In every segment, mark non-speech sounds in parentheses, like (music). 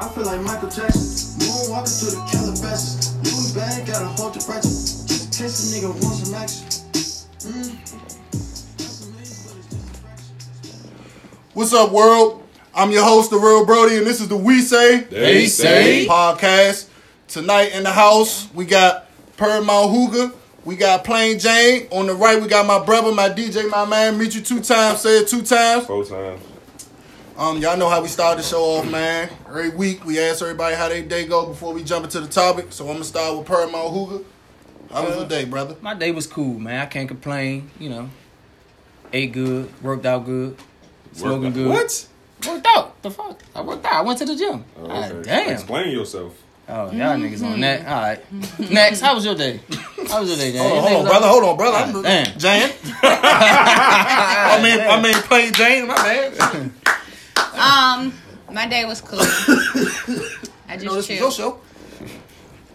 I feel like Michael Jackson. Moonwalking through the Calabasas. Louis bag gotta hold the ratchet. Just in case a nigga wants some action. What's up, world? I'm your host, the real Brody, and this is the We Say They Say. podcast. Tonight in the house, we got Paramount Hooger, we got Plain Jane. On the right, we got my brother, my DJ, my man. Meet you two times, say it two times. Four times. Um, y'all know how we start the show off, man. Every week, we ask everybody how they day go before we jump into the topic. So I'm gonna start with Paramount Hooger. How was your day, brother? My day was cool, man. I can't complain. You know, ate good, worked out good, smoking out- good. What? Worked out. The fuck? I worked out. I went to the gym. Oh, Ah, okay. damn. Explain yourself. Oh, y'all niggas on that. All right. Next, how was your day? How was your day, Dan? Hold on, You hold on, niggas brother. Hold on, brother. Ah, I'm- damn. (laughs) Jane. I mean, I mean, Plain Jane. My bad. Um, my day (coughs) was cool. I You know, just this is your chilled. show.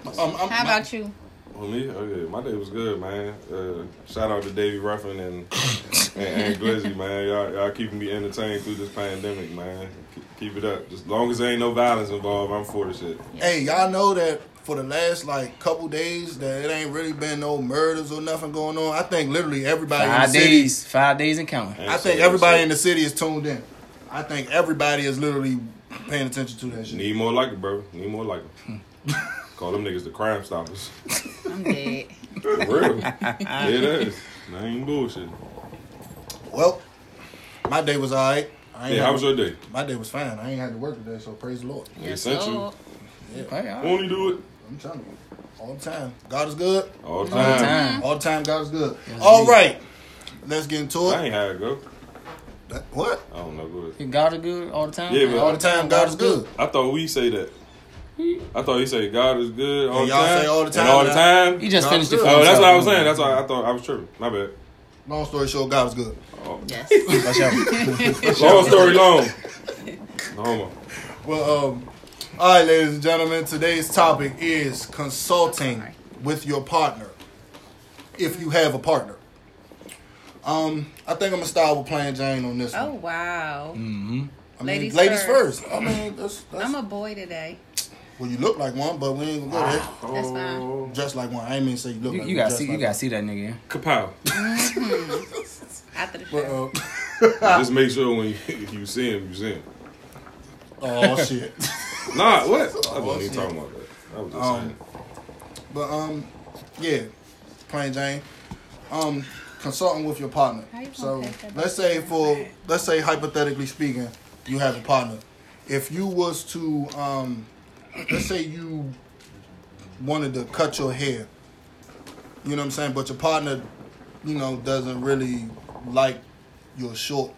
Um, I'm, How about you? Oh, me? Okay. My day was good, man. Uh, shout out to Davey Ruffin and and, and Glizzy, man. Y'all, y'all keeping me entertained through this pandemic, man. Keep- Keep it up. Just long as there ain't no violence involved, I'm for the shit. Hey, y'all know that for the last like couple days that it ain't really been no murders or nothing going on. I think literally everybody in Five the city. days. Five days and counting. I think everybody in the city is tuned in. I think everybody is literally paying attention to that shit. Need more like it, bro. Need more like it. (laughs) Call them niggas the crime stoppers. I'm dead. (laughs) For (laughs) real. yeah, it is. I ain't bullshit. Well, my day was alright. I ain't Yeah, had- how was your day? my day was fine. I ain't had to work today, so praise the Lord. Yes, Essential. Lord. Hey, all right. Only do it I'm telling you, all the time, God is good. all the All time. the time. All the time, God is good. All indeed. right, let's get into I it. ain't had it go. What? I don't know what. You got it good all the time? Yeah, but- All the time, God is good. I thought we say that. I thought you say God is good all And the y'all time. say all the time, And all the now. time. He just Nah, finished the I'm first good. oh, that's what I was time. saying. That's why I thought I was tripping. My bad. Long story short, God was good. Oh. Yes. That's how. Long story long. No homo. Well, um, all right, ladies and gentlemen, today's topic is consulting with your partner, if you have a partner. Um, I think I'm gonna start with playing Jane on this Oh one. wow. Mm-hmm. I mean, ladies first. first. I mean, that's, that's I'm a boy today. well, you look like one, but we ain't gonna go That's fine. there. Just like one. I ain't mean to say you look Ah, oh. You, like you one, gotta just see. You like gotta see that nigga. Kapow. After the one. show. But, uh, Just make sure when you, if you see him, you see him. oh (laughs) shit. Nah, what? I Oh, wasn't shit. even talking about that. I was just Um, saying. But um, yeah, plain Jane. Um, consulting with your partner. How you gonna So take that let's back say there? for let's say hypothetically speaking, you have a partner. If you was to um, let's say you wanted to cut your hair, you know what I'm saying, but your partner, you know, doesn't really like your short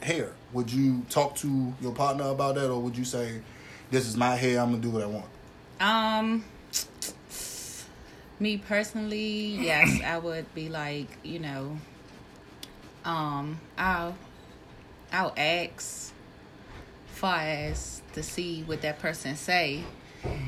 hair. Would you talk to your partner about that, or would you say, "This is my hair. I'm gonna do what I want"? Um, me personally, yes, I would be like, you know, um, I'll, I'll ask, far as to see what that person say,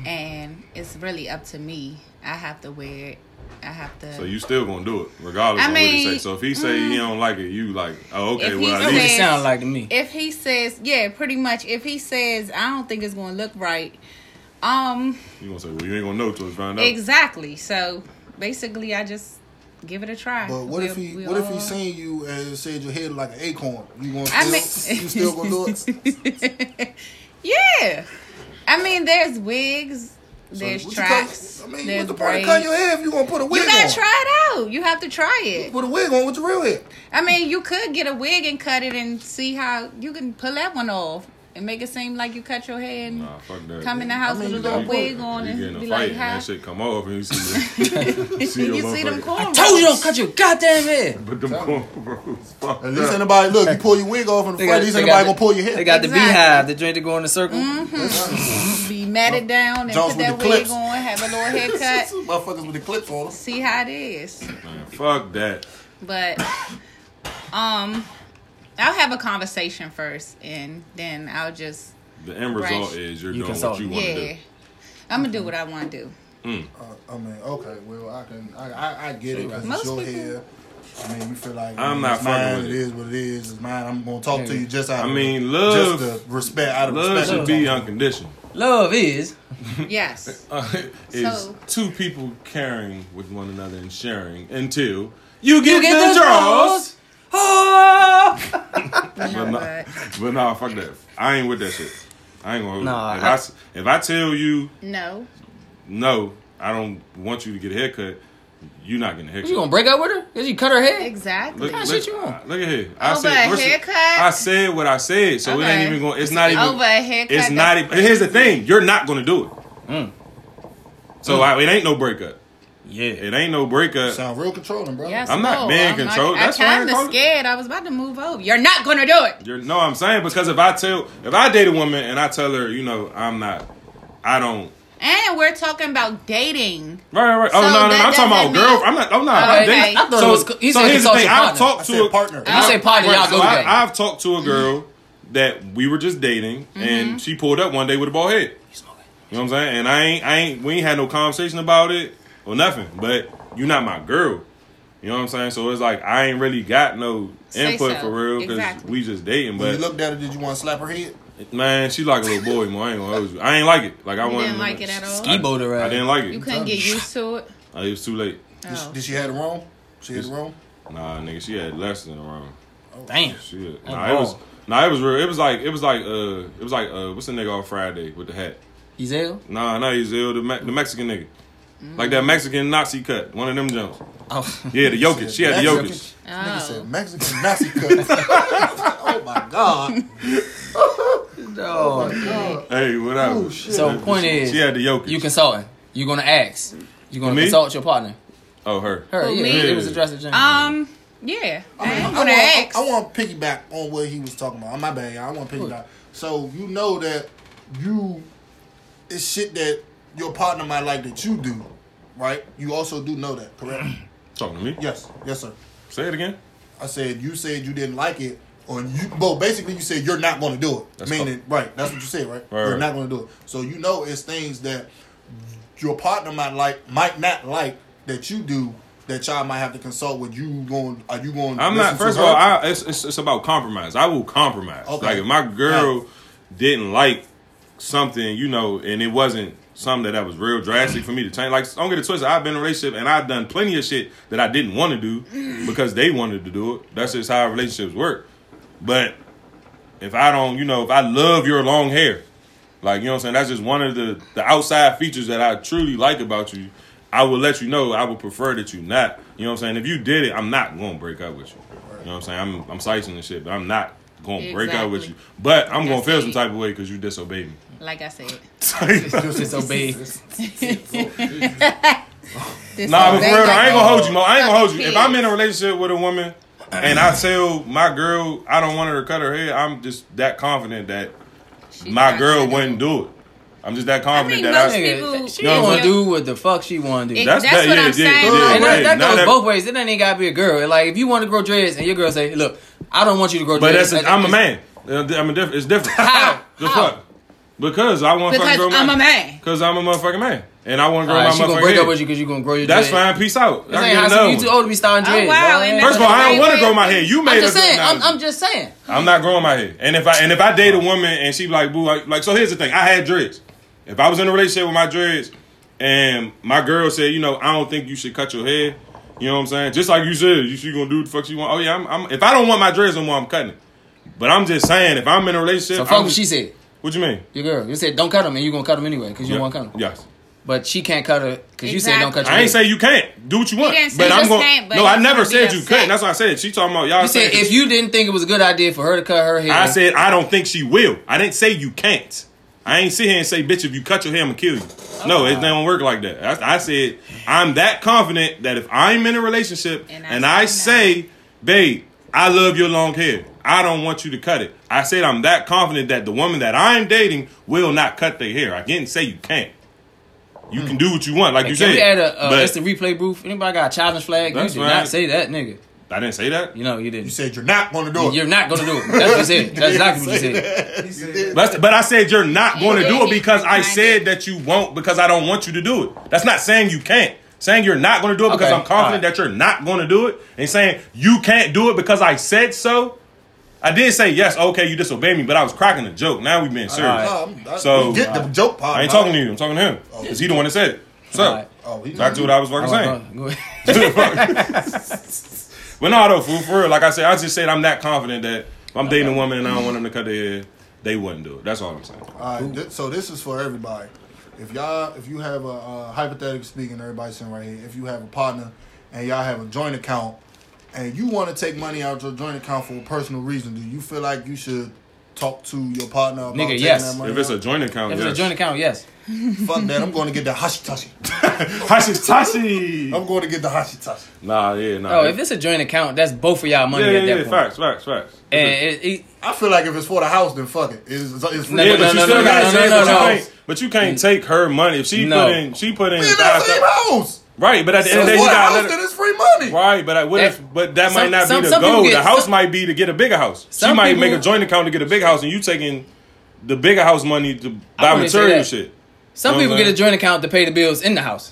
and it's really up to me. I have to wear it. I have to. So you still gonna do it, regardless I of what he mean, mm. say. So if he say he don't like it, you like, oh okay, well If he at That's what least it Yes. sound like to me. if he says, yeah, pretty much. If he says, I don't think it's gonna look right. Um, you gonna say, well you ain't gonna know till it's found out. exactly. So basically, I just give it a try. But what We- if he we what if he all- seen you and said your head like an acorn? You gonna still, I mean- you still gonna do (laughs) it? Yeah. I mean, there's wigs, there's What you call- tracks, I mean, there's what's the point of cutting braids. your hair if you gonna put a wig You gotta on? try it out. You have to try it. Put a wig on with your real hair. I mean, you could get a wig and cut it and see how you can pull that one off and make it seem like you cut your hair and Nah, fuck that. come in the house I mean, with a you little gotta wig put- on you get in and a be fight like, and "Hi." that shit come off and you see them. you see, (laughs) You your see them motherfucker- cornrows? Told you don't cut your goddamn hair. But them cornrows, fuck At least that. anybody look, you pull your wig off and the They fight, got- at least they anybody got gonna the- pull your hair. (laughs) They got the Exactly. Mm-hmm. beehive. The drink that go in a circle. Be matted down and Jones put with that the wig clips. on, have a little haircut, Motherfuckers with the clips on. them. see how it is. Man, fuck that. But um I'll have a conversation first and then I'll just The end Right. result is you're You doing what consult. you want to yeah. do. I'm gonna do what I want to do. Uh, I mean, okay, well I can I I, I get it 'cause it's Most your people- hair. I mean, you feel like I'm it's not fucking mine, with it it. is what it is. It's mine. I'm gonna talk to you just out. I of- mean, love- just the respect out of Love respect. should be unconditional. Love is. Yes. uh, is So- two people caring with one another and sharing until you get, You get the, the draws. Oh! No, (laughs) But no, but- but no, fuck that. I ain't with that shit. I ain't gonna. Nah, if, I- I, s- if I tell you no. no, I don't want you to get a haircut. You're not getting a haircut. You gonna break up with her? Did you cut her head? Exactly. kind of shit you want? Look at here. Over I a said, listen, haircut? I said what I said, so it Okay. ain't even going. to It's not even. Over a haircut. It's not. that's Even, here's the thing. You're not going to do it. Mm. So I, it ain't no breakup. Yeah. It ain't no breakup. Sound real controlling, bro. Yes, I'm not no, being I'm not- controlled. That's why I I kind call of it- scared. I was about to move over. You're not gonna do it. You're, no, I'm saying because if I tell, if I date a woman and I tell her, you know, I'm not, I don't. And we're talking about dating. Right, right. Oh So no, no, no, that- I'm that- talking about that girl. means- I'm not. I'm not. Oh, I'm okay. dating. I thought it was. He so said here's the consult thing. your I've partner. I said partner. talked to a You say partner, y'all Right, go Mm-hmm. so I, together. I've talked to a girl that we were just dating, Mm-hmm. and she pulled up one day with a bald head. You know what I'm saying? And I ain't, I ain't, we ain't had no conversation about it or nothing. But you not my girl. You know what I'm saying? So it's like I ain't really got no Say input so. for real because Exactly. we just dating. When you But looked at her, did you want to slap her head? man, she like a little boy. More, I ain't gonna hold you. I ain't like it. Like I You wasn't didn't like it at all? Ski boater, I right? didn't like You it. couldn't get used to it. Uh, it was too late. Did, she, Oh. did she had it wrong? She had it wrong. Nah, nigga, she had less than around. Damn. Shit. That Nah, it was. ball. Nah, it was real. It was like it was like uh it was like uh what's the nigga on Friday with the hat? Giselle? Nah, nah, he's ill. The, Me- the Mexican nigga, like that Mexican Nazi cut. One of them jumps. Oh. Yeah, the Jokic. She had the Mexican- Jokic. Nigga Oh. said Mexican Nazi (laughs) cut. oh my god. (laughs) Dog. Hey, whatever. Oh, shit. So point she, is, she had the Jokic. you consulting. You're gonna ask. You're gonna Me? consult your partner. oh her. Her, Who, yeah. me? It was addressed to Jane. Um. Yeah. I I am want, gonna ask. I want to piggyback on what he was talking about. My bad, y'all. I want to piggyback. So you know that you it's shit that your partner might like that you do, right? You also do know that, correct? (clears throat) Talking to me. yes, yes, sir. Say it again. I said you said you didn't like it, or you well basically you said you're not going to do it. That's Meaning, right? That's what you said, right? Right, you're right. not going to do it. So you know it's things that your partner might like, might not like that you do. That y'all might have to consult with you. Going? Are you going? I'm not. First of all, I, it's, it's it's about compromise. I will compromise. Okay. Like if my girl didn't like something, you know, and it wasn't something that was real drastic for me to change. Like don't get it twisted. I've been in a relationship and I've done plenty of shit that I didn't want to do because they wanted to do it. That's just how relationships work. But if I don't, you know, if I love your long hair, like you know what I'm saying, that's just one of the the outside features that I truly like about you. I will let you know. I would prefer that you not. You know what I'm saying. If you did it, I'm not gonna break up with you. You know what I'm saying. I'm I'm slicing and shit, but I'm not gonna break up with Exactly. you. But I'm gonna That's feel some it. type of way because you disobeyed me. like I said. (laughs) disobeyed. This (laughs) Nah, is but for real, I ain't gonna hold you, Mo. I ain't gonna hold you. If Kids. I'm in a relationship with a woman and I tell my girl I don't want her to cut her hair, I'm just that confident that She's my not girl gonna do wouldn't it. do it. I'm just that confident mean, that most I. people- Nigga, she You know what wanna I'm saying? do what the fuck she wanna do. It- That's, That's that, what yeah, I'm yeah, saying. Yeah, and yeah, that, that Now goes both ways. It ain't even gotta be a girl. Like if you want to grow dreads and your girl say, "Look, I don't want you to grow But dreads," that's a, that- I'm a man. Uh, I'm a diff- it's different. How? The fuck? Because I want to fucking Because grow I'm a man. Because I'm a motherfucking man, and I want to grow All right, my she gonna motherfucking break hair. up with you because you gonna grow your That's dreads. fine. Peace out. This I ain't get how another some- you one. too old to be styling Oh, dreads. wow, dog. and First of all, I don't want to grow my hair. You made I'm a just good saying. I'm, analogy. I'm just saying. I'm not growing my hair. And if I and if I date a woman and she be like boo, like, like so here's the thing. I had dreads. If I was in a relationship with my dreads and my girl said, you know, I don't think you should cut your hair. You know what I'm saying? Just like you said, you she gonna do what the fuck she want. Oh yeah, I'm, I'm if I don't want my dreads no more, I'm cutting it. But I'm just saying, if I'm in a relationship, So I'm fuck what just- she said. What you mean? Your girl, you said don't cut them, and you gonna cut them anyway because you Yeah. don't want to cut them. Yes. But she can't cut her because you said don't cut your. I ain't hair. say you can't do what you want, didn't say but you I'm can't, going. but No, he's I never gonna be said you upset. couldn't. That's what I said. She talking about y'all. You said saying- if you didn't think it was a good idea for her to cut her hair, I said I don't think she will. I didn't say you can't. I ain't sit here and say, bitch, if you cut your hair, I'ma kill you. No, it don't work like that. I, I said I'm that confident that if I'm in a relationship And and I I, say say, babe, I love your long hair. I don't want you to cut it. I said I'm that confident that the woman that I'm dating will not cut their hair. I didn't say you can't. You can do what you want, like Hmm. Can you said. we add a, a but instant replay booth? Anybody got a challenge flag? You That's did right. not say that, nigga. I didn't say that. You know you didn't. You said you're not going to do it. You're not gonna do it. That's what you (laughs) said. That's exactly what you said. That's, but I said you're not You going to do did. it because I You said that you won't because I don't want you to do it. That's not saying you can't. Saying you're not going to do it because Okay, I'm confident alright. that you're not going to do it, and saying you can't do it because I said so. I did say yes. Okay, you disobey me, but I was cracking a joke. Now we being serious. Nah, I'm- I- So- we get the joke part. I ain't talking to you. I'm talking to him. Cause he the one that said it. So Alright. Oh, he back to what I was fucking saying. Go ahead. (laughs) (laughs) But no, though, fool, for real. Like I said, I just said I'm that confident that if I'm dating a woman and I don't want them to cut their hair, they wouldn't do it. That's all I'm saying. All right, th- so this is for everybody. If y'all, if you have a uh, hypothetically speaking, everybody sitting right here. If you have a partner and y'all have a joint account, and you want to take money out your joint account for a personal reason, do you feel like you should talk to your partner about Nigga, taking yes. that money? If it's a out? joint account, If yes. it's a joint account, yes. fuck that, I'm going to get the hashitashi. Hashitashi. I'm going to get the hashitashi. Nah, yeah, nah. Oh, if it's a joint account, that's both of y'all money yeah, yeah, at yeah, that point. facts, facts, facts. And it, it, I feel like if it's for the house, then fuck it. It's, it's, it's for No, you. yeah, but no, you no, still no, gotta no, say, but, no, no. Mm. You can't, but you can't take her money. If she No. put in, she put in. We in that five same thou- house. Right, but at the end So of the day, you what gotta house? let Then her. it's free money. Right, but I what That- if? But that might some- not some- be the some people goal. get- the house some- might be to get a bigger house. She Some might people- make a joint account to get a big house, and you taking the bigger house money to I buy wouldn't say material that. shit. some Know what people I'm get a saying? joint account to pay the bills in the house.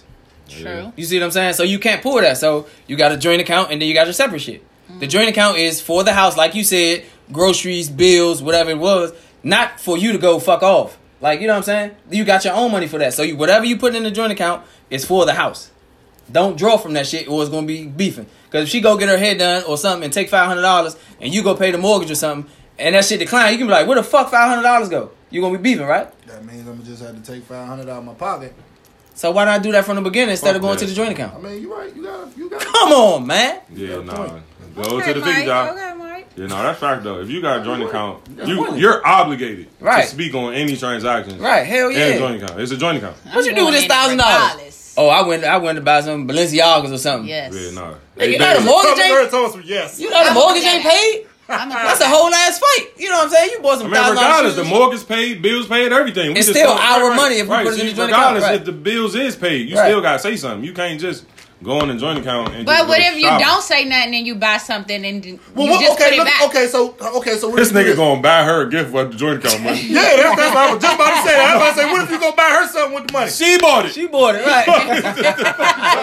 True. You see what I'm saying? So you can't pull that. So you got a joint account and then you got your separate shit. The joint account is for the house, like you said, groceries, bills, whatever it was, not for you to go fuck off. Like you know what I'm saying? You got your own money for that. So you, whatever you put in the joint account is for the house. Don't draw from that shit, or it's gonna be beefing. Cause if she go get her hair done or something and take five hundred dollars, and you go pay the mortgage or something, and that shit decline, you can be like, where the fuck five hundred dollars go? You gonna be beefing, right? That means I'm just have to take five hundred out of my pocket. So why not do that from the beginning instead Fuck of going that. to the joint I account? mean, you right. You gotta. You gotta. Come on, man. Yeah, got a nah. point. Go okay, to the Mike. big job. Okay, Mike. Yeah, no, that's fact though. If you got a joint account, you funny. you're obligated Right. to speak on any transactions. Right, hell And Oh, yeah. joint account. It's a joint account. What you do with this thousand dollars? Oh, I went. I went to buy some Balenciagas or something. Yes. Yeah, nah. you They- got a they- mortgage Her ain't. told us yes. You know the I'm mortgage okay. ain't paid. I'm a That's a whole ass fight. You know what I'm saying? You bought I some mean, thousand dollars. regardless, the mortgage paid, bills paid, everything. We It's just still talking- our right, right, money if we right. put it in See, the joint account, regardless, right. if the bills is paid, you Right. still gotta say something. You can't just go on and joint account and. But just what go if you shopping. don't say nothing and you buy something and you Well, just what, okay, put it look, back? okay, so uh, okay, so what This if you do nigga gonna buy her a gift with the joint account money. (laughs) Yeah, that's, that's what I was just about to say. I was about to say, what if you go buy her something with the money? she bought it. she bought it right,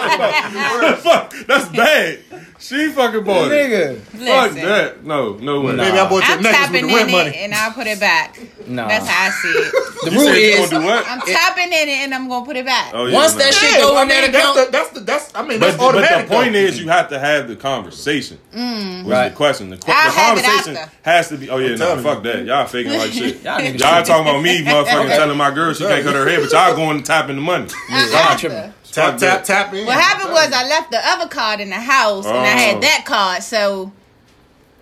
(laughs) Fuck, that's bad. She fucking bought it. nigga. Fuck Listen, that. No, no way. Maybe I bought your I'm necklace with tapping the in rent money. it and I'll put it back. Nah. That's how I see it. The You rule said you is gonna do what? I'm tapping in it and I'm gonna put it back. Oh, yeah, once no. that shit Yeah, go I in that mean, that's account. the, that's the, that's, I mean, that's But, but the automatic. point though. is, you have to have the conversation. Was Mm. Right. the question? The, que- I'll the Mm. have it conversation after. has to be. Oh yeah, no, telling fuck that. Y'all faking like shit. (laughs) Y'all y'all niggas talking about me, motherfucking telling my girl she can't cut her hair, but y'all going to tap in the money. Y'all After. tripping. Tap, tap, tap in. What happened was I left the other card in the house and I Oh. had that card, so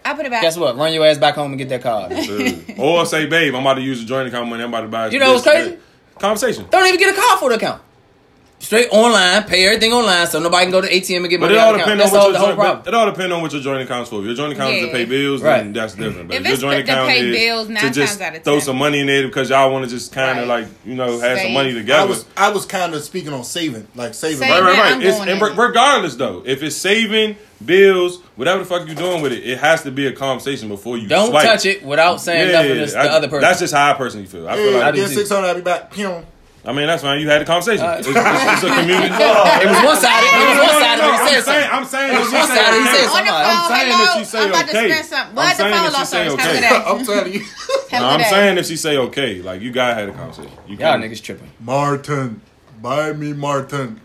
I put it back. Guess what? Run your ass back home and get that card. Dude. Uh, Or say, babe, I'm about to use the joint account money. I'm about to buy. You know what's this, crazy? that." Conversation. Don't even get a card for the account. Straight online, pay everything online, so nobody can go to ATM and get But money it out all of the account. depends on That's what all your the whole joint. problem. but It all depends on what your joint account's for. If your joint account is to Yeah. pay bills, then Right. that's different. But If if, your it's joint to- to account pay is bills, to nine just times out of throw ten. some money in there because y'all want to just kind of Right. like you know have some Save. money I together. was, I was kind of speaking on saving, like saving. Saving. Right, right, Yeah, right. I'm It's, going and in. re- regardless, though, if it's saving bills, whatever the fuck you doing with it, it has to be a conversation before you Don't swipe. touch it without saying nothing to I- the other person. That's just how I personally feel. I feel I like do get too. 600, I'll be back. Pew. I mean that's fine. You had a conversation. Uh, it's, it's, it's (laughs) a community. it was one sided. It was one sided. I'm He said saying- something. I'm saying that she one say sided, he okay. said on the something. phone, I'm saying hello, that she say I'm about okay. to spend something. I'm What the saying that phone she lost say service? okay. (laughs) Come to (laughs) that. I'm telling you. Come No, to I'm that. saying if she say okay, like you gotta have a conversation. You Y'all can't- niggas tripping. Martin. Buy me Martin.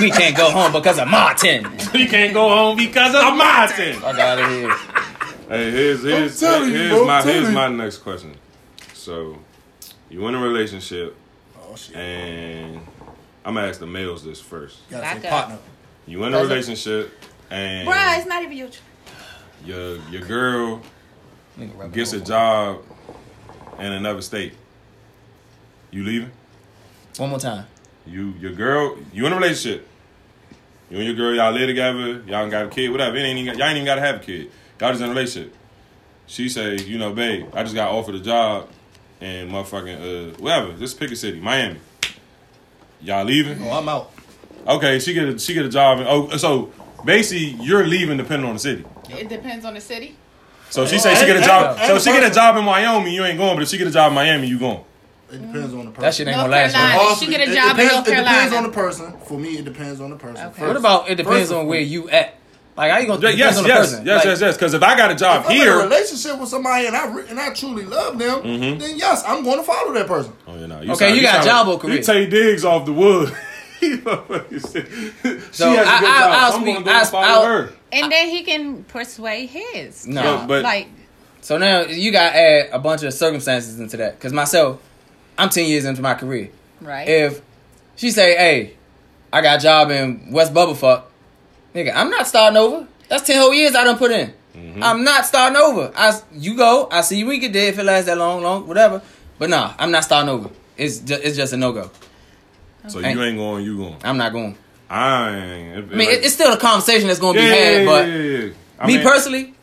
We can't go home because of Martin. (laughs) Fuck You can't go home because of my thing. out of here. Hey, here's here's I'm telling you, here's bro, I'm my telling here's you. my next question. So, you in a relationship Oh, shit. and I'm gonna ask the males this first. Gotta say Back up. partner. You in a relationship and Bruh, it's not even your. your your girl gets a job in another state. You leaving? One more time. You your girl you in a relationship. You and your girl y'all live together. Y'all got a kid. Whatever. It ain't even, y'all ain't even got to have a kid. Y'all just in a relationship. She say, you know, babe, I just got offered a job and motherfucking uh whatever. Just pick a city, Miami. Y'all leaving? Oh, I'm out. Okay, she get a she get a job and oh so basically you're leaving depending on the city. It depends on the city. So if she say she get a job so if she get a job in Wyoming, you ain't going, but if she get a job in Miami, you going. It depends on the person. That shit ain't North gonna last. Carolina. right? Did she get a job depends, in North It depends Carolina? on the person. For me, it depends on the person. Okay. First- What about it first depends of all, on where you at? Like, how you gonna Yeah, depends Yes, on the yes, person. yes, Like, yes, yes. Because if I got a job If I'm in a here, Mm-hmm. relationship with somebody and I re- and I truly love them, then yes, I'm going to follow that person. Oh, yeah, nah, you Okay, sound- you got sound job like- or career? You take digs off the wood. (laughs) You know what I'm saying? she So, has a good I- I- job. I'll I'm speak- gonna go I'll- and follow I'll- her. and then he can persuade his. No. job. But- but- like So now you got to add a bunch of circumstances into that. Because myself, I'm 10 years into my career. right. If she say, hey, I got a job in West Bubblefuck, nigga, I'm not starting over. That's 10 whole years I done put in. Mm-hmm. I'm not starting over. I, s- you go, I see you when you get there, if it lasts that long, long, whatever. But nah, I'm not starting over. It's just, it's just a no go. So Okay. you ain't going, you going. I'm not going. I ain't. If, I mean, it, it's still a conversation that's going to be had, but I me mean, personally,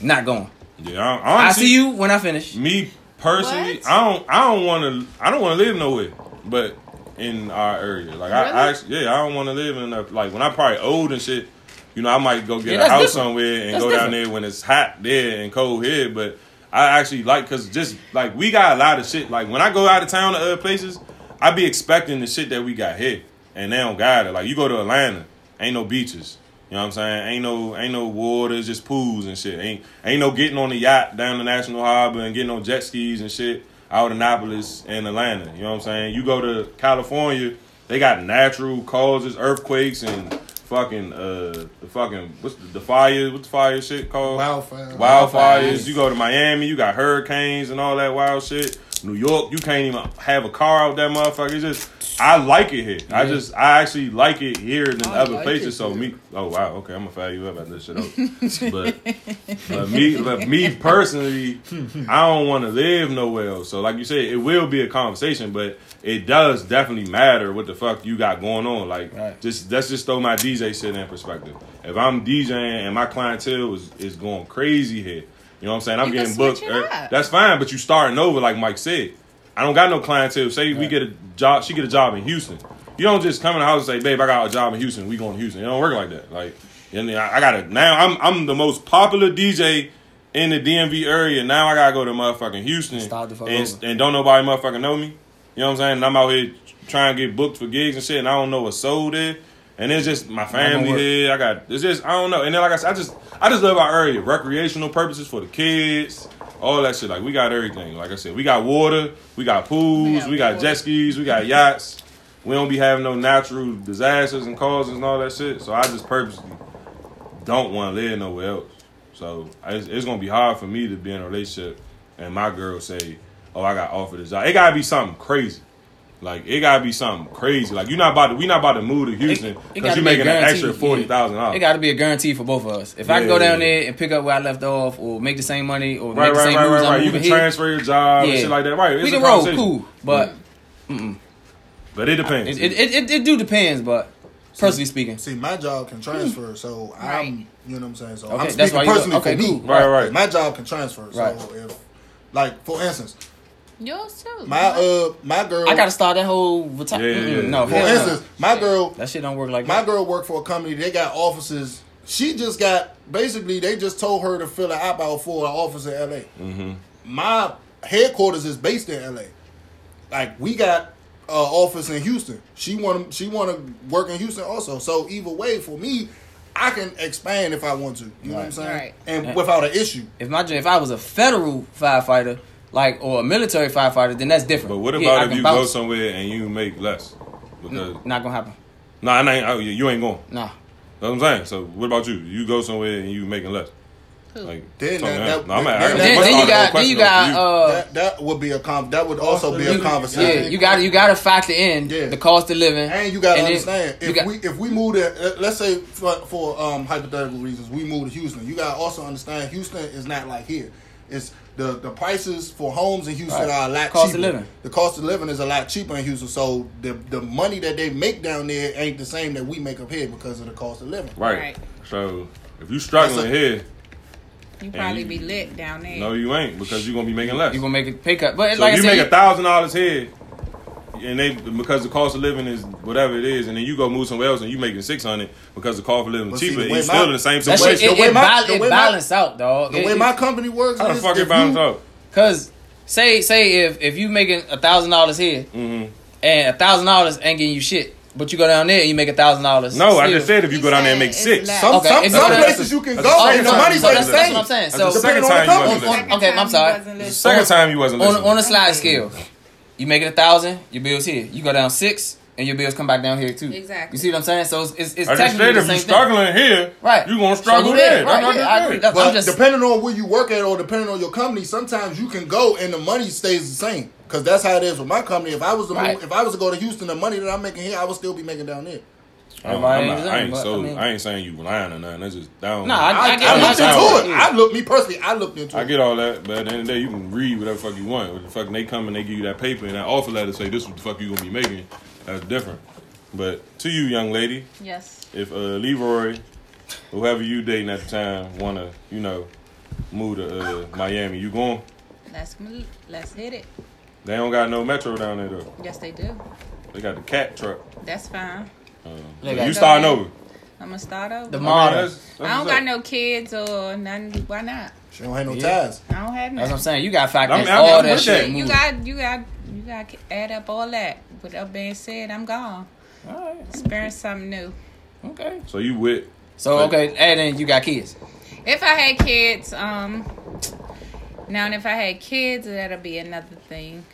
not going. Yeah, I, I honestly, see you when I finish. Me personally, What? I don't. I don't want to. I don't want to live nowhere, but in our area, like I, I, Really? actually, yeah, I don't want to live in a like when I'm probably old and shit. You know, I might go get Yeah, a that's house different. somewhere and That's go down different. there when it's hot there and cold here. But I actually like because just like we got a lot of shit. Like when I go out of town to other places, I be expecting the shit that we got here, and they don't got it. Like you go to Atlanta, ain't no beaches. You know what I'm saying? Ain't no ain't no water, it's just pools and shit. Ain't ain't no getting on the yacht down the National Harbor and getting on jet skis and shit out in Annapolis and Atlanta. You know what I'm saying? You go to California, they got natural causes, earthquakes and fucking uh the fucking what's the, the fire what's the fire shit called? Wildfire. Wildfires. You go to Miami, you got hurricanes and all that wild shit. New York, you can't even have a car out that motherfucker. It's just I like it here. I just I actually like it here than other Oh, like places. it So here. me oh wow, okay, I'm gonna fire you up at this shit up. but but me but (laughs) me personally, I don't wanna live nowhere else. So like you said, it will be a conversation, but it does definitely matter what the fuck you got going on. Like Right. just let's just throw my DJ shit in perspective. If I'm DJing and my clientele is, is going crazy here, you know what I'm saying? I'm You can getting booked. switch it er, up. That's fine, but you starting over, like Mike said. I don't got no clientele. Say we get a job, she get a job in Houston. You don't just come in the house and say, "Babe, I got a job in Houston. We going to Houston." It don't work like that. Like, and then I, I got to now. I'm I'm the most popular DJ in the DMV area. Now I gotta go to motherfucking Houston Start the fuck and, over. and don't nobody motherfucking know me. You know what I'm saying? And I'm out here trying to get booked for gigs and shit, and I don't know a soul there. And it's just my family work. here. I got it's just I don't know. And then like I said, I just I just love our area. Recreational purposes for the kids, all that shit. Like we got everything. Like I said, we got water, we got pools, Yeah, we got water. jet skis, we got yachts. We don't be having no natural disasters and causes and all that shit. So I just purposely don't want to live nowhere else. So it's, it's gonna be hard for me to be in a relationship and my girl say, "Oh, I got offered a job." It gotta be something crazy. Like it gotta be something crazy. Like you're not about to, we not about to move to Houston It- it because gotta you're be a making an guarantee, extra forty thousand yeah. It dollars. got to be a guarantee for both of us. If I can go Yeah. down there and pick up where I left off, or make the same money, or Right, make the right, same right, moves, right, I'm right. You moving can here, transfer your job and Yeah. shit like that. Right, it's we a can roll, conversation. cool. But But it depends. it, it, it, it, do depends. But personally speaking, See, my job can transfer, so Right. I'm, you know what I'm saying. So Okay, I'm that's speaking why you- personally okay, for me. cool. Right, right. My job can transfer, so Right. if, like, for instance, yours too. my uh, my girl, I got to start that whole retire. Yeah, yeah, yeah. No, for hell no. instance, my girl, that shit don't work like my that. girl worked for a company. They got offices. She just got basically. They just told her to fill an app out for an office in L.A. My headquarters is based in L.A. Like we got an office in Houston. She want to. She want to work in Houston also. So either way, for me, I can expand if I want to. You know what I'm saying? Right. And without an issue. If my if I was a federal firefighter, like or a military firefighter, then that's different. but what Yeah, about I if can you go bounce. somewhere and you make less? Because no, Not gonna happen. nah, I ain't, oh, you you ain't going. Nah. That's what I'm saying. So what about you? You go somewhere and you making less. Who? Like Then something that- else. that- No, I'm that- at- I that- got Then, one then you other got then question you though got for you. uh. that that would be a com. That would also be a you- conversation. Yeah, you got you got to factor in Yeah. the cost of living, And you gotta then understand you if got- we if we move to uh, let's say for, for um, hypothetical reasons we move to Houston, you gotta also understand Houston is not like here. It's the the prices for homes in Houston Right. are a lot Cost of cheaper. living. The cost of living is a lot cheaper in Houston, so the the money that they make down there ain't the same that we make up here because of the cost of living. uh, Right. Right. So if you struggling That's a- here, you probably you- be lit down there. no, you ain't because you're gonna be making less. you gonna make a pay cut. But so like you I said, make a thousand dollars here, and they because the cost of living is whatever it is, and then you go move somewhere else and you making six hundred because the cost of living But is see, cheaper. the and way you still my- in the same that shit situation. The it, way it, my- bal- the it way my- balance out, dog. The way my company works, How the is fuck if it balance you- out? Cause Mm-hmm. say say if if you making a thousand dollars here and a thousand dollars ain't getting you shit, But you go down there and you make a thousand dollars. No, I just said if you go down there and make He said six. it's Some, Okay, some, it's some okay. places you can That's go the and second the time. money's so not the that's, that's what I'm same. saying. That's the So second depending on time you the wasn't couple. listening. Second Okay, I'm time he sorry. wasn't listening. Second time you wasn't on listening. on a slide scale, you make it a thousand, your bills here. You go down six, and your bills come back down here too. Exactly. You see what I'm saying? So it's it's, it's I just said if technically the you're same thing. struggling here, Right. you're gonna Struggle struggle there. there, right, That's yeah, what I agree. said. That's- But I'm just- depending on where you work at or depending on your company, sometimes you can go and the money stays the same. Cause that's how it is with my company. If I was to move- Right. if I was to go to Houston, the money that I'm making here, I would still be making down there. I'm, I'm Everybody ain't not, I ain't the same, so. but, I mean- I ain't saying you lying or nothing. That's just down. Nah, I, I- I, get- looked I- into it. yeah. I looked me personally. I looked into I it. get all that, but at the end of the day, you can read whatever fuck you want. What the fuck they come and they give you that paper and that offer letter say this is what the fuck you gonna be making. That's different. But to you, young lady, Yes. if uh, Leroy, whoever you dating at the time, wanna you know move to uh, Miami, you going? Let's move. Let's hit it. They don't got no metro down there though. Yes, they do. They got the cat truck. That's fine. They you got starting Go over? ahead. I'm gonna start over. The I mean, model. that's- that's I don't what's got up. no kids or nothing. Why not? She don't have no Yeah. ties. I don't have That's what I'm nothing. saying. You got to factor I'm- in I'm- all I'm that with shit. that. You moving. got, you got, you got to add up all that. With that being said, I'm gone. All right. Experience something new. Okay. So you with? So okay, add in you got kids. If I had kids, um, now and if I had kids, that'll be another thing.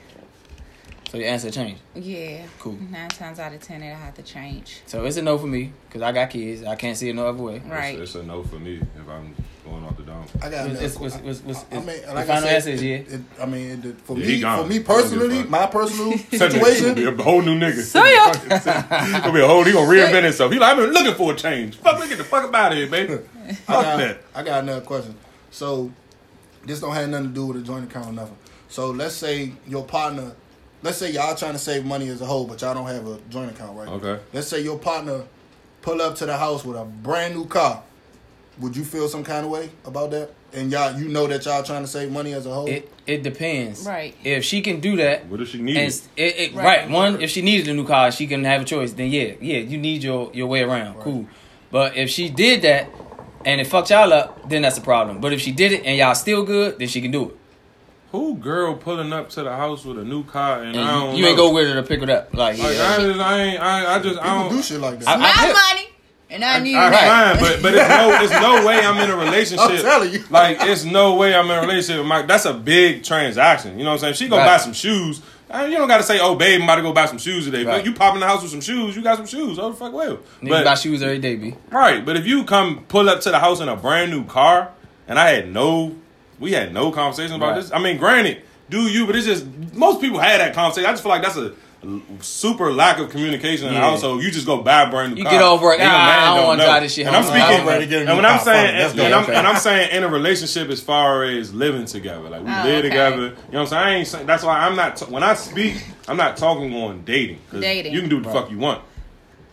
So your answer changed. Yeah. Cool. Nine times out of ten, it'll have to change. So it's a no for me because I got kids. I can't see it no other way. Right. It's, it's a no for me if I'm going off the dome. I got It's, another- it's, it's, it's, it's, I mean, the like I final said, answer is yeah. It, it, I mean, it, did- for Yeah, he me, gone. for me I don't personally, give a fuck. my (laughs) personal situation, Be a whole new nigga. See (laughs) ya. gonna be a whole. He gonna reinvent himself. He like I've been looking for a change. Fuck, look at the fuck about it, (laughs) baby. I Fuck got, that. I got another question. So, this don't have nothing to do with a joint account or nothing. So, let's say your partner, let's say y'all trying to save money as a whole, but y'all don't have a joint account, right? Okay. Let's say your partner pull up to the house with a brand new car. Would you feel some kind of way about that? And y'all, you know that y'all trying to save money as a whole. It it depends. Right. If she can do that, What if she needed? and s- it, it, Right. right. One, if she needed a new car, she couldn't have a choice. Then yeah, yeah, you need your your way around. Cool. But if she did that and it fucked y'all up, then that's a problem. But if she did it and y'all still good, then she can do it. Who girl pulling up to the house with a new car and, I And don't you, you ain't know. Oh, go with her to pick it up. Like, Like, yeah, I she- just, I ain't, I, I just, I People don't. do shit like that. I- My I- money, and I I'm need right. fine, but but it's no, it's no way I'm in a relationship. I'm telling you. like it's no way I'm in a relationship. with My, that's a big transaction. You know what I'm saying? She gonna Right. buy some shoes. I mean, you don't gotta say, "Oh, babe, I'm about to go buy some shoes today." Right. But you pop in the house with some shoes. You got some shoes. Oh, the fuck well. niggas But- buy shoes every day, b. Right, but if you come pull up to the house in a brand new car, and I had no, we had no conversation about Right. this. I mean, granted, do you? But it's just most people had that conversation. I just feel like that's a l- super lack of communication in the Yeah. household. You just go buy a brand new. You car, get over it, and your "Ah, man I don't don't wanna know." drive this shit And I'm home. speaking, I'm ready to get a new and when I'm car. saying, Fuck it, let's and, go. I'm Okay. and I'm saying in a relationship as far as living together, like we Oh, live okay. together. You know what I'm saying? I ain't saying that's why I'm not. T- when I speak, I'm not talking on dating. 'cause Dating. you can do what the fuck you want.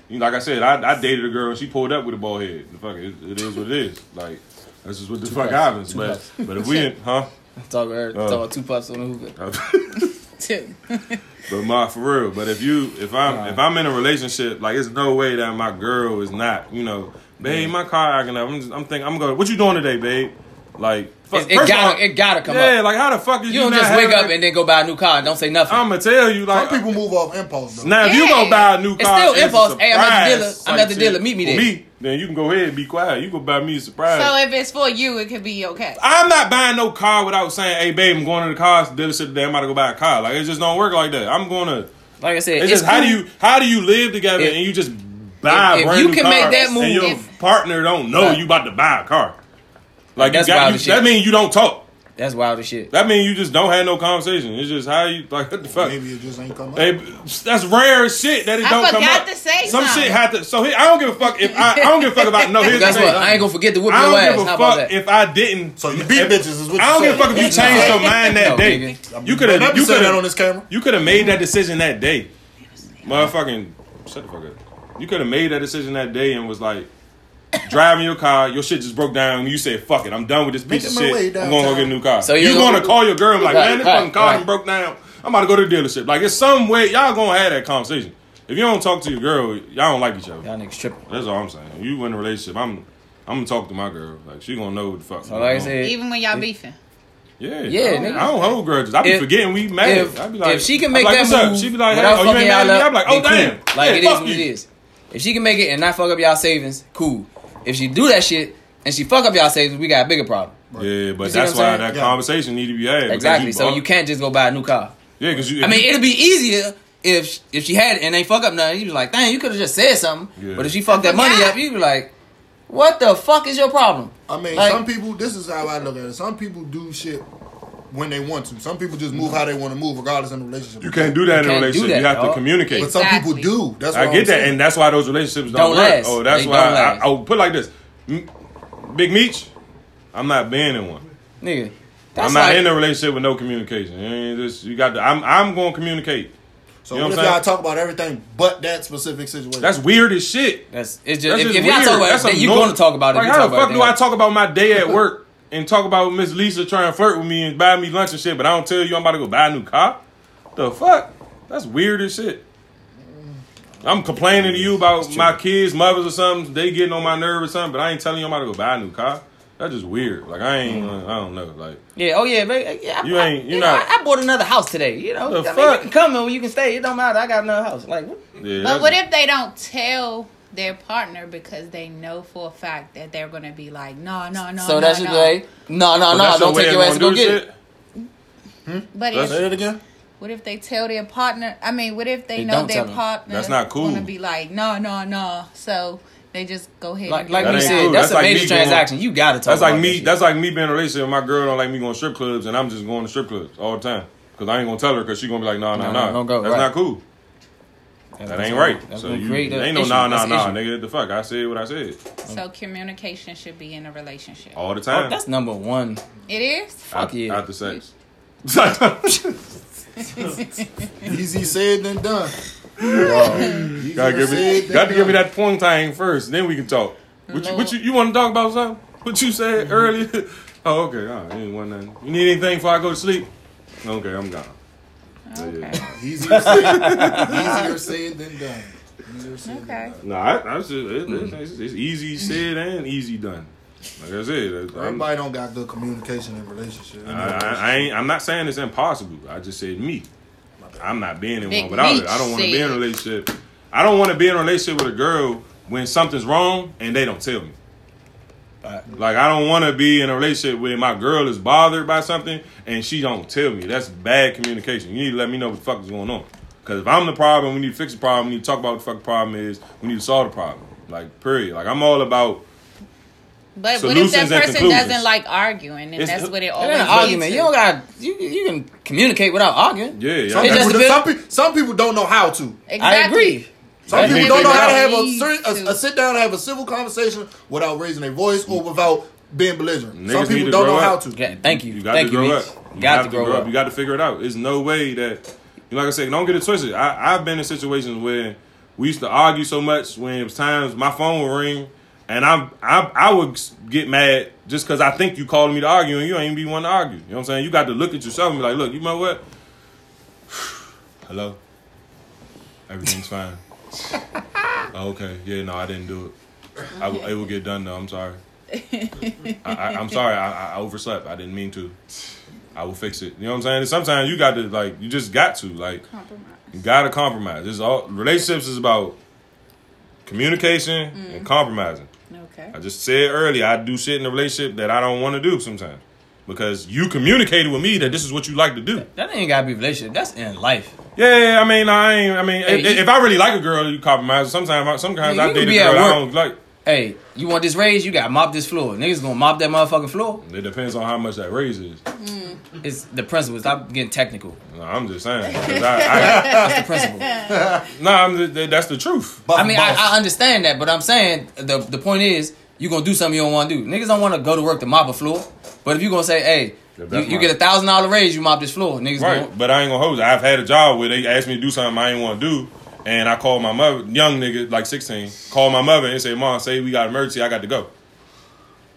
You know, like I said, I, I dated a girl and she pulled up with a bald head. The fuck, it, it is what it is. Like that's just what the fuck puffs. happens. Two But puffs. but if we (laughs) didn't, huh? Talk about her, Oh. talk about two puffs on the hookah. two. But my for real. But if you if I'm if I'm in a relationship, like it's no way that my girl is not. You know, babe, my car acting up. I'm just, I'm thinking I'm going. What you doing today, babe? Like fuck, It, it first of gotta, all- it gotta come yeah, up. like how the fuck is You don't just wake up and then go buy a new car. and Don't say nothing. I'm gonna tell you like Some people move off impulse though. Now if you Yeah. gonna buy a new It's car, still a impulse. Hey, I'm at the surprise, dealer. I'm at the like, dealer. shit, Meet me for there. then you can go ahead and be quiet. You go buy me a surprise. So if it's for you, it could be okay. I'm not buying no car without saying, "Hey, babe, I'm going to the car dealership today. I'm about to go buy a car." Like it just don't work like that. I'm gonna. Like I said, It's, just how do cool. you how do you live together If- and you just buy a if- if brand you new can car make that and move- your if- partner don't know Right. you about to buy a car. Like That's you wild got, you, as shit. that means you don't talk. That's wild as shit. That means you just don't have no conversation. It's just how you like what the fuck. Maybe it just ain't come up. Hey, that's rare as shit that it I don't come forgot up. to say Some something. shit had to. So here, I don't give a fuck if I, I don't give a fuck about no. Here's Guess the thing. what? I ain't gonna forget to whoop I your don't ass. give a How about fuck that? if I didn't. so you beat bitches is what you I don't saying. give a fuck if you changed your mind that No, day. nigga. You could Don't have. ever You say could that on this have. camera. You could have made that decision that day. Motherfucking shut the fuck up. You could have made that decision that day and was like. Driving your car, your shit just broke down. and You said, "Fuck it, I'm done with this piece of Making my way shit. I'm gonna go downtown. get a new car." So So you you're gonna gonna- call your girl and be like, Right, "Man, this right, fucking car right. done broke down. I'm about to go to the dealership." Like it's some way y'all gonna have that conversation. If you don't talk to your girl, y'all don't like each other. Y'all niggas tripping. That's all I'm saying. You in a relationship, I'm I'm gonna talk to my girl. Like she gonna know what the fuck. So like I said, Even when y'all beefing. Yeah, Yeah, I don't, nigga. I don't hold grudges. I be If- forgetting we mad. if, I be like, if she can I be make like, that what's up? move, She be like, without oh, you fucking ain't mad at me. y'all up, I be like, oh then damn, cool. like yeah, it is fuck what you. it is. If she can make it and not fuck up y'all savings, cool. If she do that shit and she fuck up y'all savings, we got a bigger problem. Yeah, but see that's what why I'm that saying? Yeah. conversation need to be had. because Exactly. so you can't just go buy a new car. Yeah, because you. I mean, it'd be easier if if she had it and they fuck up nothing. You'd be like, dang, you could have just said something. Yeah. But if she fucked that money up, you'd be like, what the fuck is your problem? I mean, Like- some people. This is how I look at it. Some people do shit when they want to. Some people just move how they want to move, regardless of the relationship. you can't do that You in a can't do relationship. that, you have to dog. communicate. But some Exactly. people do. That's what I get am that, Saying. and that's why those relationships don't, Don't work. last. Oh, that's They why don't I, last. I would put it like this, Mm, Big Meech. I'm not being in one. Nigga. I'm not like- in a relationship with no communication. You, ain't just- you got. To, I'm I'm going to communicate. so you know what if what I'm saying? y'all talk about everything but that specific situation? That's weird as shit. That's it's just, That's if, just if y'all weird. talk about That's it, you're annoying. gonna talk about it. Like, if you how talk the about fuck it, do then. I talk about my day at work and talk about Miss Lisa trying to flirt with me and buy me lunch and shit, but I don't tell you I'm about to go buy a new car? The fuck? That's weird as shit. I'm complaining to you about my kids, mothers or something. They getting on my nerve or something, but I ain't telling you I'm about to go buy a new car. That's just weird. Like I ain't. I don't know. Like Yeah. Oh yeah, baby. Yeah, I- You ain't- I, you know, not- I, I bought another house today. You know, The I mean, fuck? you can come and you can stay. It don't matter. I got another house. Like, what? yeah. But that's- what if they don't tell their partner because they know for a fact that they're gonna be like, no, no, no, so no, that's no. your way. No, no, so no. that's Don't way take I'm your ass to gonna go do get shit? it. But That's- if, Say that again. what if they tell their partner? I mean, what if they, They know don't their tell them. partner? That's not cool. Gonna be like, no, no, no. So they just go ahead. Like, and like do That we ain't that. said, cool. that's, That's a like major me going- transaction. you gotta talk. That's about like that me. shit. That's like me being in a relationship. My girl don't like me going to strip clubs, and I'm just going to strip clubs all the time because I ain't gonna tell her because she gonna be like, nah, nah, No, nah. don't go, That's right. not cool. That's That gonna- ain't right. that's So gonna you create ain't that no issue. nah, nah, That's the nah, issue. nigga. The fuck, I said what I said So communication should be in a relationship. all the Oh, time. that's number one. It is. Fuck yeah. After (laughs) sex. (laughs) Easy said than done. gotta give me, said, gotta they give done. me that point time first, then we can talk. What you, what you, you want to talk about something? What you said Mm-hmm. earlier? (laughs) Oh, okay. All right, you didn't want nothing. You need anything before I go to sleep? Okay, I'm gone. Oh, Okay. Easier said, easier said than done. Easier said than Okay. No, I, I just, it, it's, it's, it's easy said and easy done. Like I said, done. I'm, Everybody don't got good communication in relationships. I, I, I ain't, I'm not saying it's impossible. I just said me. I'm not being in Big one without Meech it. I don't want to be in a said. relationship. I don't want to be in a relationship with a girl when something's wrong and they don't tell me. Like I don't want to be in a relationship where my girl is bothered by something and she don't tell me. That's bad communication. You need to let me know what the fuck is going on. Because if I'm the problem, we need to fix the problem. We need to talk about what the fuck the problem is. We need to solve the problem. Like period. Like I'm all about But Solutions what if and that person conclusions. doesn't like arguing, and It's- that's what it That always ain't an is. argument. You don't got. You you can communicate without arguing. yeah. yeah Some It that's- just people, depends- some, pe- some people don't know how to. Exactly. I agree. Some That people means don't they know how to don't have a, need ser- to. a, a sit down and have a civil conversation without raising their voice or without being belligerent. Niggas some need people to don't grow know how up. to. Yeah, thank you. You got Thank to grow you, Meech. up. You You got have to grow up. You got to figure it out. There's no way that, you know, like I said, don't get it twisted. I, I've been in situations where we used to argue so much when it was times my phone would ring, and I I, I would get mad just because I think you called me to argue and you ain't be one to argue. You know what I'm saying? You got to look at yourself and be like, look, you know what? (sighs) Hello, everything's fine. "Oh, okay, yeah, no, I didn't do it. I w it will get done though. I'm sorry. I, I, I'm sorry. I, I- I overslept. I didn't mean to. I will fix it. You know what I'm saying? And sometimes you got to like, you just got to like, you got to compromise. It's all relationships is about communication Mm-hmm. and compromising. Okay. I just said earlier, I do shit in a relationship that I don't want to do sometimes because you communicated with me that this is what you like to do. That ain't gotta be relationship. That's in life. Yeah, I mean, I ain't. I mean, Hey, if, you- if I really like a girl, you compromise. Sometimes, I, sometimes Yeah, you I could date a be at girl I work. don't like. Hey, you want this raise? You gotta mop this floor. Niggas gonna mop that motherfucking floor. It depends on how much that raise is. It's the principle. Stop getting technical. No, I'm just (laughs) saying. 'Cause I, I, That's the principle. no, I'm just, that- that's the truth. Buff I mean, I, boss. I understand that, but I'm saying the the point is you gonna do something you don't want to do. Niggas don't want to go to work to mop a floor, but if you gonna say, hey, If you, that's you my- get a thousand dollar raise, you mop this floor, niggas. Right, Gonna, but I ain't gonna hold you. I've had a job where they asked me to do something I ain't want to do, and I called my mother, young nigga, like 16, called my mother and said, "Mom, say we got emergency, I got to go."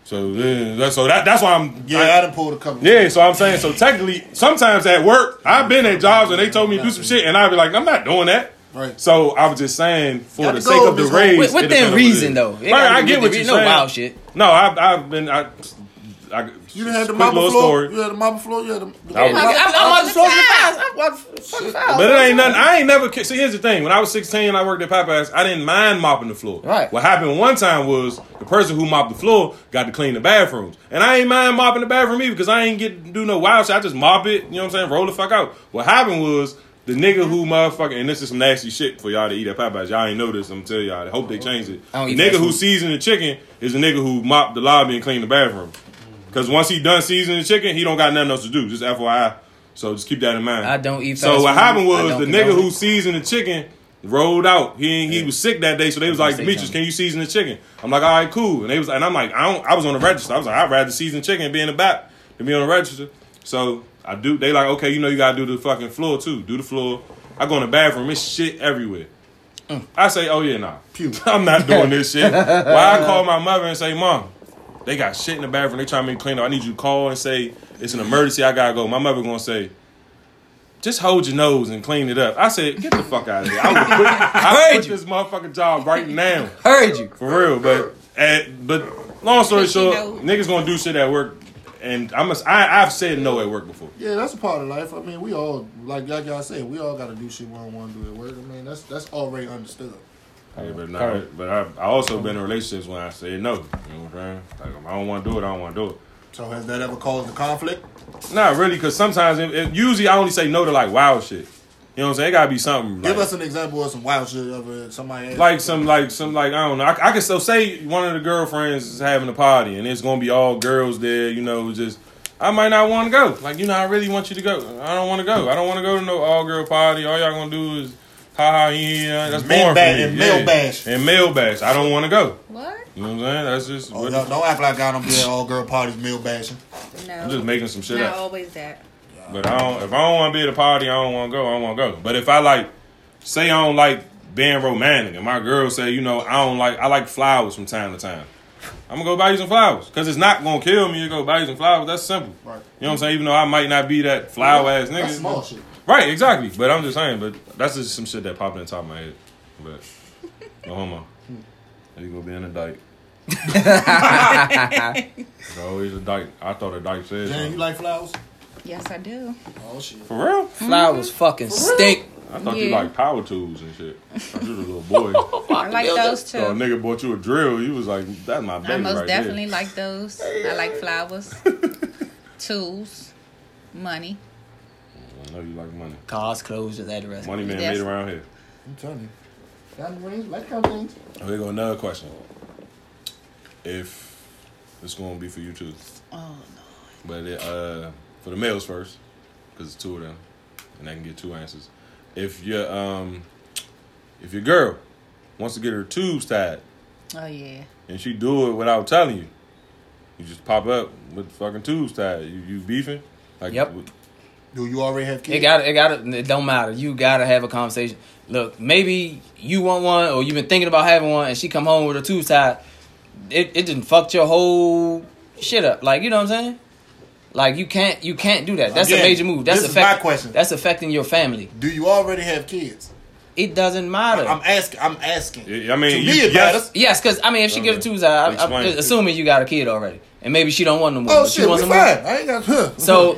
So, uh, that- so that that's why I'm. yeah, I- I done pulled a couple. Yeah, so I'm saying so technically, sometimes at work, I've been at jobs and they told me to do some shit, and I'd be like, I'm not doing that. Right. So I was just saying for Got the to sake go of the this whole- raise, With- it within depends on what it reason, is. though. It Right, gotta I be get within what you're reason. No saying. wild shit. No, I've I've been I. I, You didn't have the quick mop little floor. story. You had the mop floor. You had the. the I was- I'm, I'm, I'm on the floor with the fouls. I'm on the fucking fouls. But it ain't nothing. I ain't never. ki- See, here's the thing. When I was 16, I worked at Popeyes. I didn't mind mopping the floor. Right. What happened one time was the person who mopped the floor got to clean the bathrooms, and I ain't mind mopping the bathroom either because I ain't get do no wild shit. I just mop it. You know what I'm saying? Roll the fuck out. What happened was. The nigga who motherfucker and this is some nasty shit for y'all to eat at Popeyes. Y'all ain't know this. I'm telling y'all. I hope they change it. I don't The eat nigga fast who food. seasoned the chicken is the nigga who mopped the lobby and cleaned the bathroom. Because once he done seasoning the chicken, he don't got nothing else to do. Just FYI. So just keep that in mind. I don't eat So fast what food. happened I was don't the condone nigga it. who seasoned the chicken rolled out. He ain't, he was sick that day, so they was like, say Demetrius, something. can you season the chicken? I'm like, all right, cool. And they was and I'm like, I don't. I was on the register. I was like, I'd rather season chicken and be in the back than be on the register. So I do. They like, okay, you know, you gotta do the fucking floor too. Do the floor. I go in the bathroom. It's shit everywhere. Mm. I say, oh yeah, nah, Pew. (laughs) I'm not doing this (laughs) shit. Why I call my mother and say, mom, they got shit in the bathroom. They trying to make me clean up. I need you to call and say it's an emergency. I gotta go. My mother gonna say, just hold your nose and clean it up. I said, get the fuck out of here. I would quit, I would Heard quit you. this motherfucking job right now. Heard you. For real, but at, but long story But you short, know- niggas niggas gonna do shit at work, and I must I I've said no at work before. Yeah, that's a part of life. I mean, we all like like y'all said, we all got to do shit we don't want to do at work. I mean, that's that's already understood. but not, but I've I also been in relationships when I said no. You know what I'm saying? Like if I don't want to do it, I don't want to do it. So has that ever caused a conflict? Not really, because sometimes it, it- usually I only say no to like wild shit. You know what I'm saying? It gotta be something. Give like- us an example of some wild shit ever somebody asked. like some like some like I don't know. I, I could so say one of the girlfriends is having a party and it's gonna be all girls there. You know, just I might not want to go. Like you know, I really want you to go. I don't want to go. I don't want to go to no all girl party. All y'all gonna do is ha ha yeah. That's Men boring for bash me. and male Yeah. bash. and male bash. I don't want to go. What? You know what I'm saying? That's just Oh, what y'all don't act like I don't be at all girl parties, meal bashing. No. I'm just making some shit Not up. always that. But I don't. If I don't want to be at a party, I don't want to go. I don't want to go. But if I like, say I don't like being romantic, and my girl say, you know, I don't like. I like flowers from time to time. I'm gonna go buy you some flowers because it's not gonna kill me. to go buy you some flowers. That's simple. Right. You know what I'm saying? Even though I might not be that flower ass nigga. That's small shit. Right. Exactly. But I'm just saying. But that's just some shit that popped in the top of my head. But no homo. You gonna be in a dyke. There's always a dyke. I thought a dyke Jan, said you something. like flowers? Yes, I do. Oh shit. For real? Flowers fucking stink. I thought you Yeah. like power tools and shit. I thought you was a little (laughs) boy. so I like those too. a Oh, nigga bought you a drill. You was like, that's my baby I most right definitely there. like those. I (laughs) like flowers, tools, money. I know you like money. Cars, clothes, just address. Money man Yes. made around here. I'm telling you. Got rings, like kind of things. Oh, here go another question. If it's going to be for you too, Oh but it, uh, for the males first, because it's two of them, and I can get two answers. If your um, if your girl wants to get her tubes tied no. Oh yeah. and she do it without telling you, you just pop up with fucking tubes tied. You you beefing? Like Yep. what- Do you already have It kids? got to it. Got to It don't matter. You gotta have a conversation. Look, maybe you want one, or you've been thinking about having one, and she come home with a tube tied. It it didn't fuck your whole shit up. Like you know what I'm saying? Like you can't you can't do that. That's a Again, major move. That's this is affect- my question. That's affecting your family. Do you already have kids? It doesn't matter. I'm asking. I'm asking. Yeah, I To mean, me, you- it yes. matters. Yes, because I mean, if she Okay. gives two tied, I, I'm Explain. assuming you got a kid already, and maybe she don't want no more. Oh but she shit, we wants fine. some more. I ain't got. Huh. So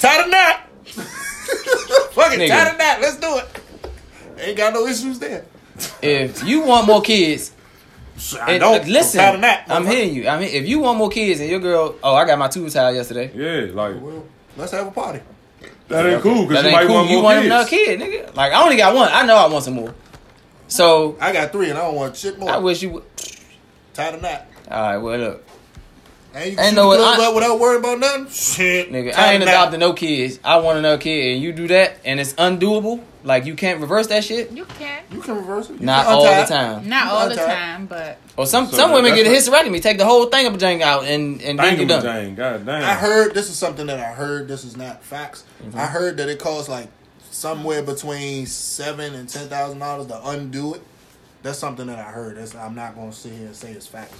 (laughs) Tied a (laughs) knot. Fucking Nigga. tied a knot. Let's do it. Ain't got no issues there. if you want more kids, I and, don't. uh, listen, I'm tied a knot. I'm hearing you. I mean, if you want more kids, and your girl, oh, I got my tubes tied yesterday. Yeah, like Well, let's have a party. that ain't cool because That you might ain't cool. want you more want kids. another kid, nigga? Like I only got one. I know I want some more. So I got three, and I don't want shit more. I wish you. would... tied a knot. All right, well look, And you Ain't can no no way- I- up without worrying about nothing. Shit, nigga, Tied I a ain't knot. adopting no kids. I want another kid, and you do that, and it's undoable. Like you can't reverse that shit. You can. You can reverse it. You Not can all the untie it. time. Not all the Sometimes. time, but Or some So some that- women get a that's hysterectomy, take the whole thing up a jang out, and and then Thank you're you, done. Jane. God damn. I heard this is something that I heard. This is not facts. I heard that it costs like somewhere between seven and ten thousand dollars to undo it. That's something that I heard. That's, I'm not gonna sit here and say it's facts.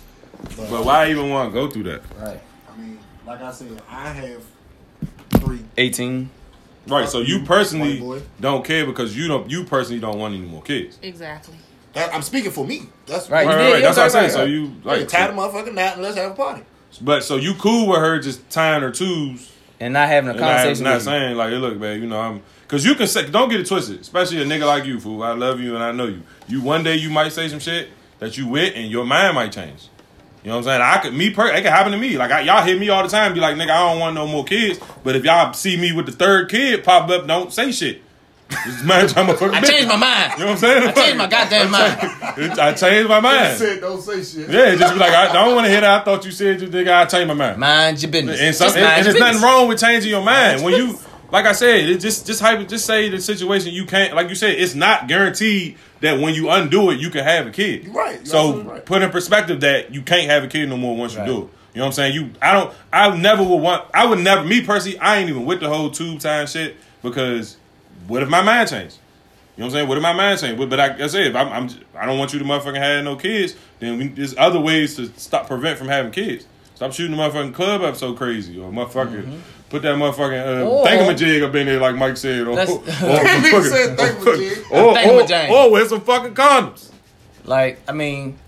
But, But why even want to go through that? Right. I mean, like I said, I have three. 18. Right. So you personally White boy. don't care because you don't. You personally don't want any more kids. exactly. That, I'm speaking for me. That's Right. Right. You right, did, right. you That's what I'm was saying. right, So right. you Like, like tie the motherfucker knot and let's have a party. But so you cool with her just tying her twos and not having a and not, conversation. not with you. saying like, hey, look, babe, you know, I'm because you can say, don't get it twisted, especially a nigga like you, fool. I love you and I know you. You one day you might say some shit that you with, and your mind might change. You know what I'm saying? I could me per it could happen to me. Like I, y'all hit me all the time, be like, nigga, I don't want no more kids. But if y'all see me with the third kid pop up, don't say shit. Just (laughs) mind your motherfucking I business. changed my mind. You know what I'm saying? I changed (laughs) my goddamn mind. It- I changed my mind. said don't say shit. Yeah, just be like, I don't want to hear that. I thought you said you nigga. I changed my mind. Mind your business. And, some, Just and, mind and your there's nothing business. wrong with changing your mind when you, like I said, it just just hype, just say the situation you can't, like you said, it's not guaranteed that when you undo it you can have a kid. You're right. You're so absolutely right. put in perspective that you can't have a kid no more once you do it. You know what I'm saying? You, I don't, I never would want, I would never, me personally, I ain't even with the whole tube time shit because what if my mind changed? You know what I'm saying? What am I mind saying? But, but like I said, if I'm, I'm, I don't want you to motherfucking have no kids, then we, there's other ways to stop prevent from having kids. Stop shooting the motherfucking club up so crazy, or motherfucking put that motherfucking uh, Or- thingamajig up in there like Mike said, or or, or, (laughs) That's- Nigga said thingamajig. or, Thingamajig. or, or with some fucking condoms. Like, I mean,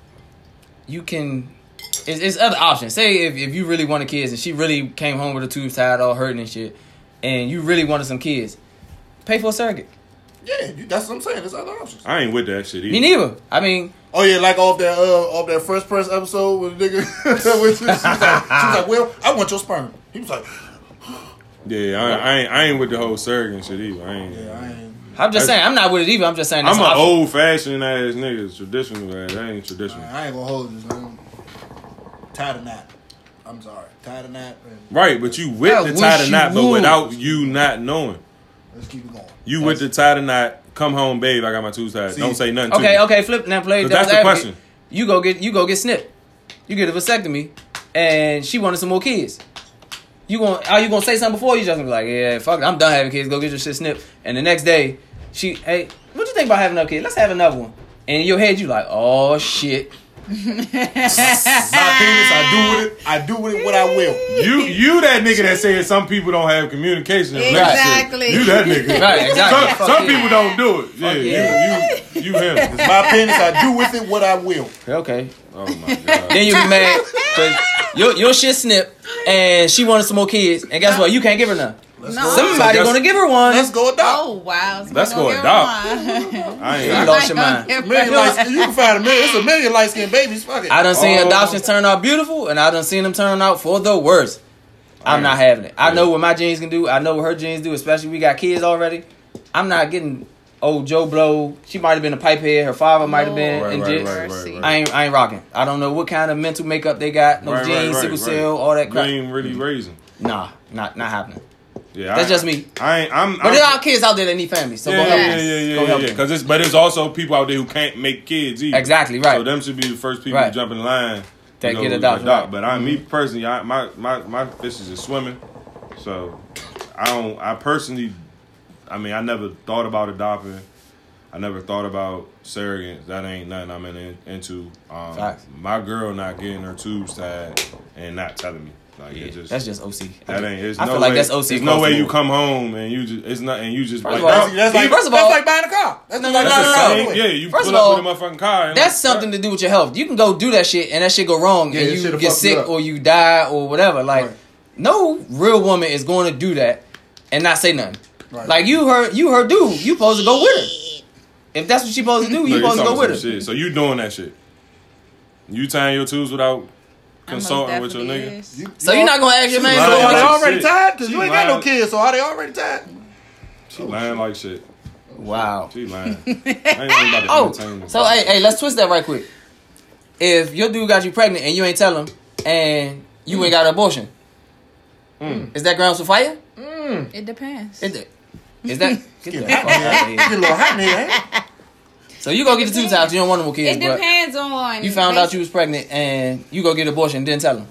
you can. It's, it's other options. Say if, if you really wanted kids and she really came home with a tube tied, all hurting and shit, and you really wanted some kids, pay for a surrogate. Yeah, you, that's what I'm saying. There's other options. I ain't with that shit either. Me neither. I mean, Oh yeah, like off that uh off that first press episode with the nigga. (laughs) with- she, was like, she was like, "Well, I want your sperm." He was like, yeah, I, I ain't, I ain't with the whole surrogate and shit either. I ain't. "Yeah, I ain't." I'm just saying, I'm not with it either. I'm just saying, I'm it's an an option. old fashioned ass nigga, traditional ass. I ain't traditional. I ain't gonna hold this. Man. Tied or not, I'm sorry. Tied or not, and Right, but you I with the wish tie to you knot, but would. without you not knowing. let's keep it going. You with the tie tonight? Come home, babe. I got my two sides. See? Don't say nothing. Okay, to okay, flip now play. But that's devil's the advocate. question. You go get you go get snipped. You get a vasectomy, and she wanted some more kids. You going are you gonna say something before you just gonna be like, yeah, fuck, it, I'm done having kids. Go get your shit snipped. And the next day, she, hey, what you think about having another kid? Let's have another one. And in your head, you like, oh shit. (laughs) My penis, I do with it. I do with it what I will. You you that nigga that said some people don't have communication. and relationship. Exactly. You that nigga. (laughs) Right, exactly. Some, Fuck some yeah. people don't do it. Yeah, you you you him. (laughs) My penis, I do with it what I will. Okay. Oh my god. Then you be mad 'cause your your shit snipped, and she wanted some more kids. And guess what? You can't give her none. No. Somebody So that's- gonna give her one. Let's go adopt. Oh wow. So Let's we gonna go give adopt. her (laughs) one. I You ain't. lost your mind. Give her Million one. light, you can find a million. It's a million light skinned babies. Fuck it. I done seen Oh. adoptions turn out beautiful, and I done seen them turn out for the worst. I'm not having it. I know what my genes can do. I know what her genes do. Especially we got kids already. I'm not getting old Joe Blow. She might have been a pipehead. Her father might have been. Right, in right, jail. right, right, Mercy. right. I ain't. I ain't rocking. I don't know what kind of mental makeup they got. No Right, right, genes, right, sickle right. cell, all that You crap. ain't really raising. Nah, not not happening. Yeah, That's I- just me. I ain't. I'm. But I'm, there are kids out there that need families. So yeah, go help yeah, them. yeah, yeah, Go yeah, help yeah. them. Cause it's but there's also people out there who can't make kids either. Exactly, right. So them should be the first people Right. to jump in line That you get to adopted, right. Mm-hmm. But I, me personally, I, my my my fishes is swimming, so I don't. I personally, I mean, I never thought about adopting. I never thought about surrogates. That ain't nothing I'm in, into. Um, Facts. My girl not getting her tubes tied and not telling me. Like Yeah, it just that's just OC. that ain't. It's I no feel like way, that's OC. There's no across way the you board. come home and you just it's not and you just First like of all, that- that's, that's like, First of all- that's like buying a car. That's, No, like no, buying no, a no, car. no. Yeah, you First pull of up all, with a motherfucking car. and That's like, something to do with your health. You can go do that shit and that shit go wrong Yeah, and that you shit'll get fuck you sick up. or you die or whatever. Like Right. no real woman is going to do that and not say nothing. Right. Like you her you her dude. You supposed to go with her. If that's what you supposed to do, you No, supposed to talking go with her. some Shit. So you doing that shit? You tying your tools without I most consulting with your definitely nigga? is. So you're not gonna ask your man So lying. to are they go Like already shit. tied? Because you She ain't got no lying. kids, so are they already tied? She lying like shit. with Wow. (laughs) She lying. I ain't even about to Oh, entertain this. so hey, hey, let's twist that right quick. If your dude got you pregnant and you ain't tell him and you ain't got an abortion, Hmm. is that grounds for fire? It depends. Is it? Is that? Get the fuck out of (laughs) here. You little hot nigga. So you go get the two times. You don't want no more kids, It but depends on. you found out you was pregnant and you go get abortion and didn't tell him.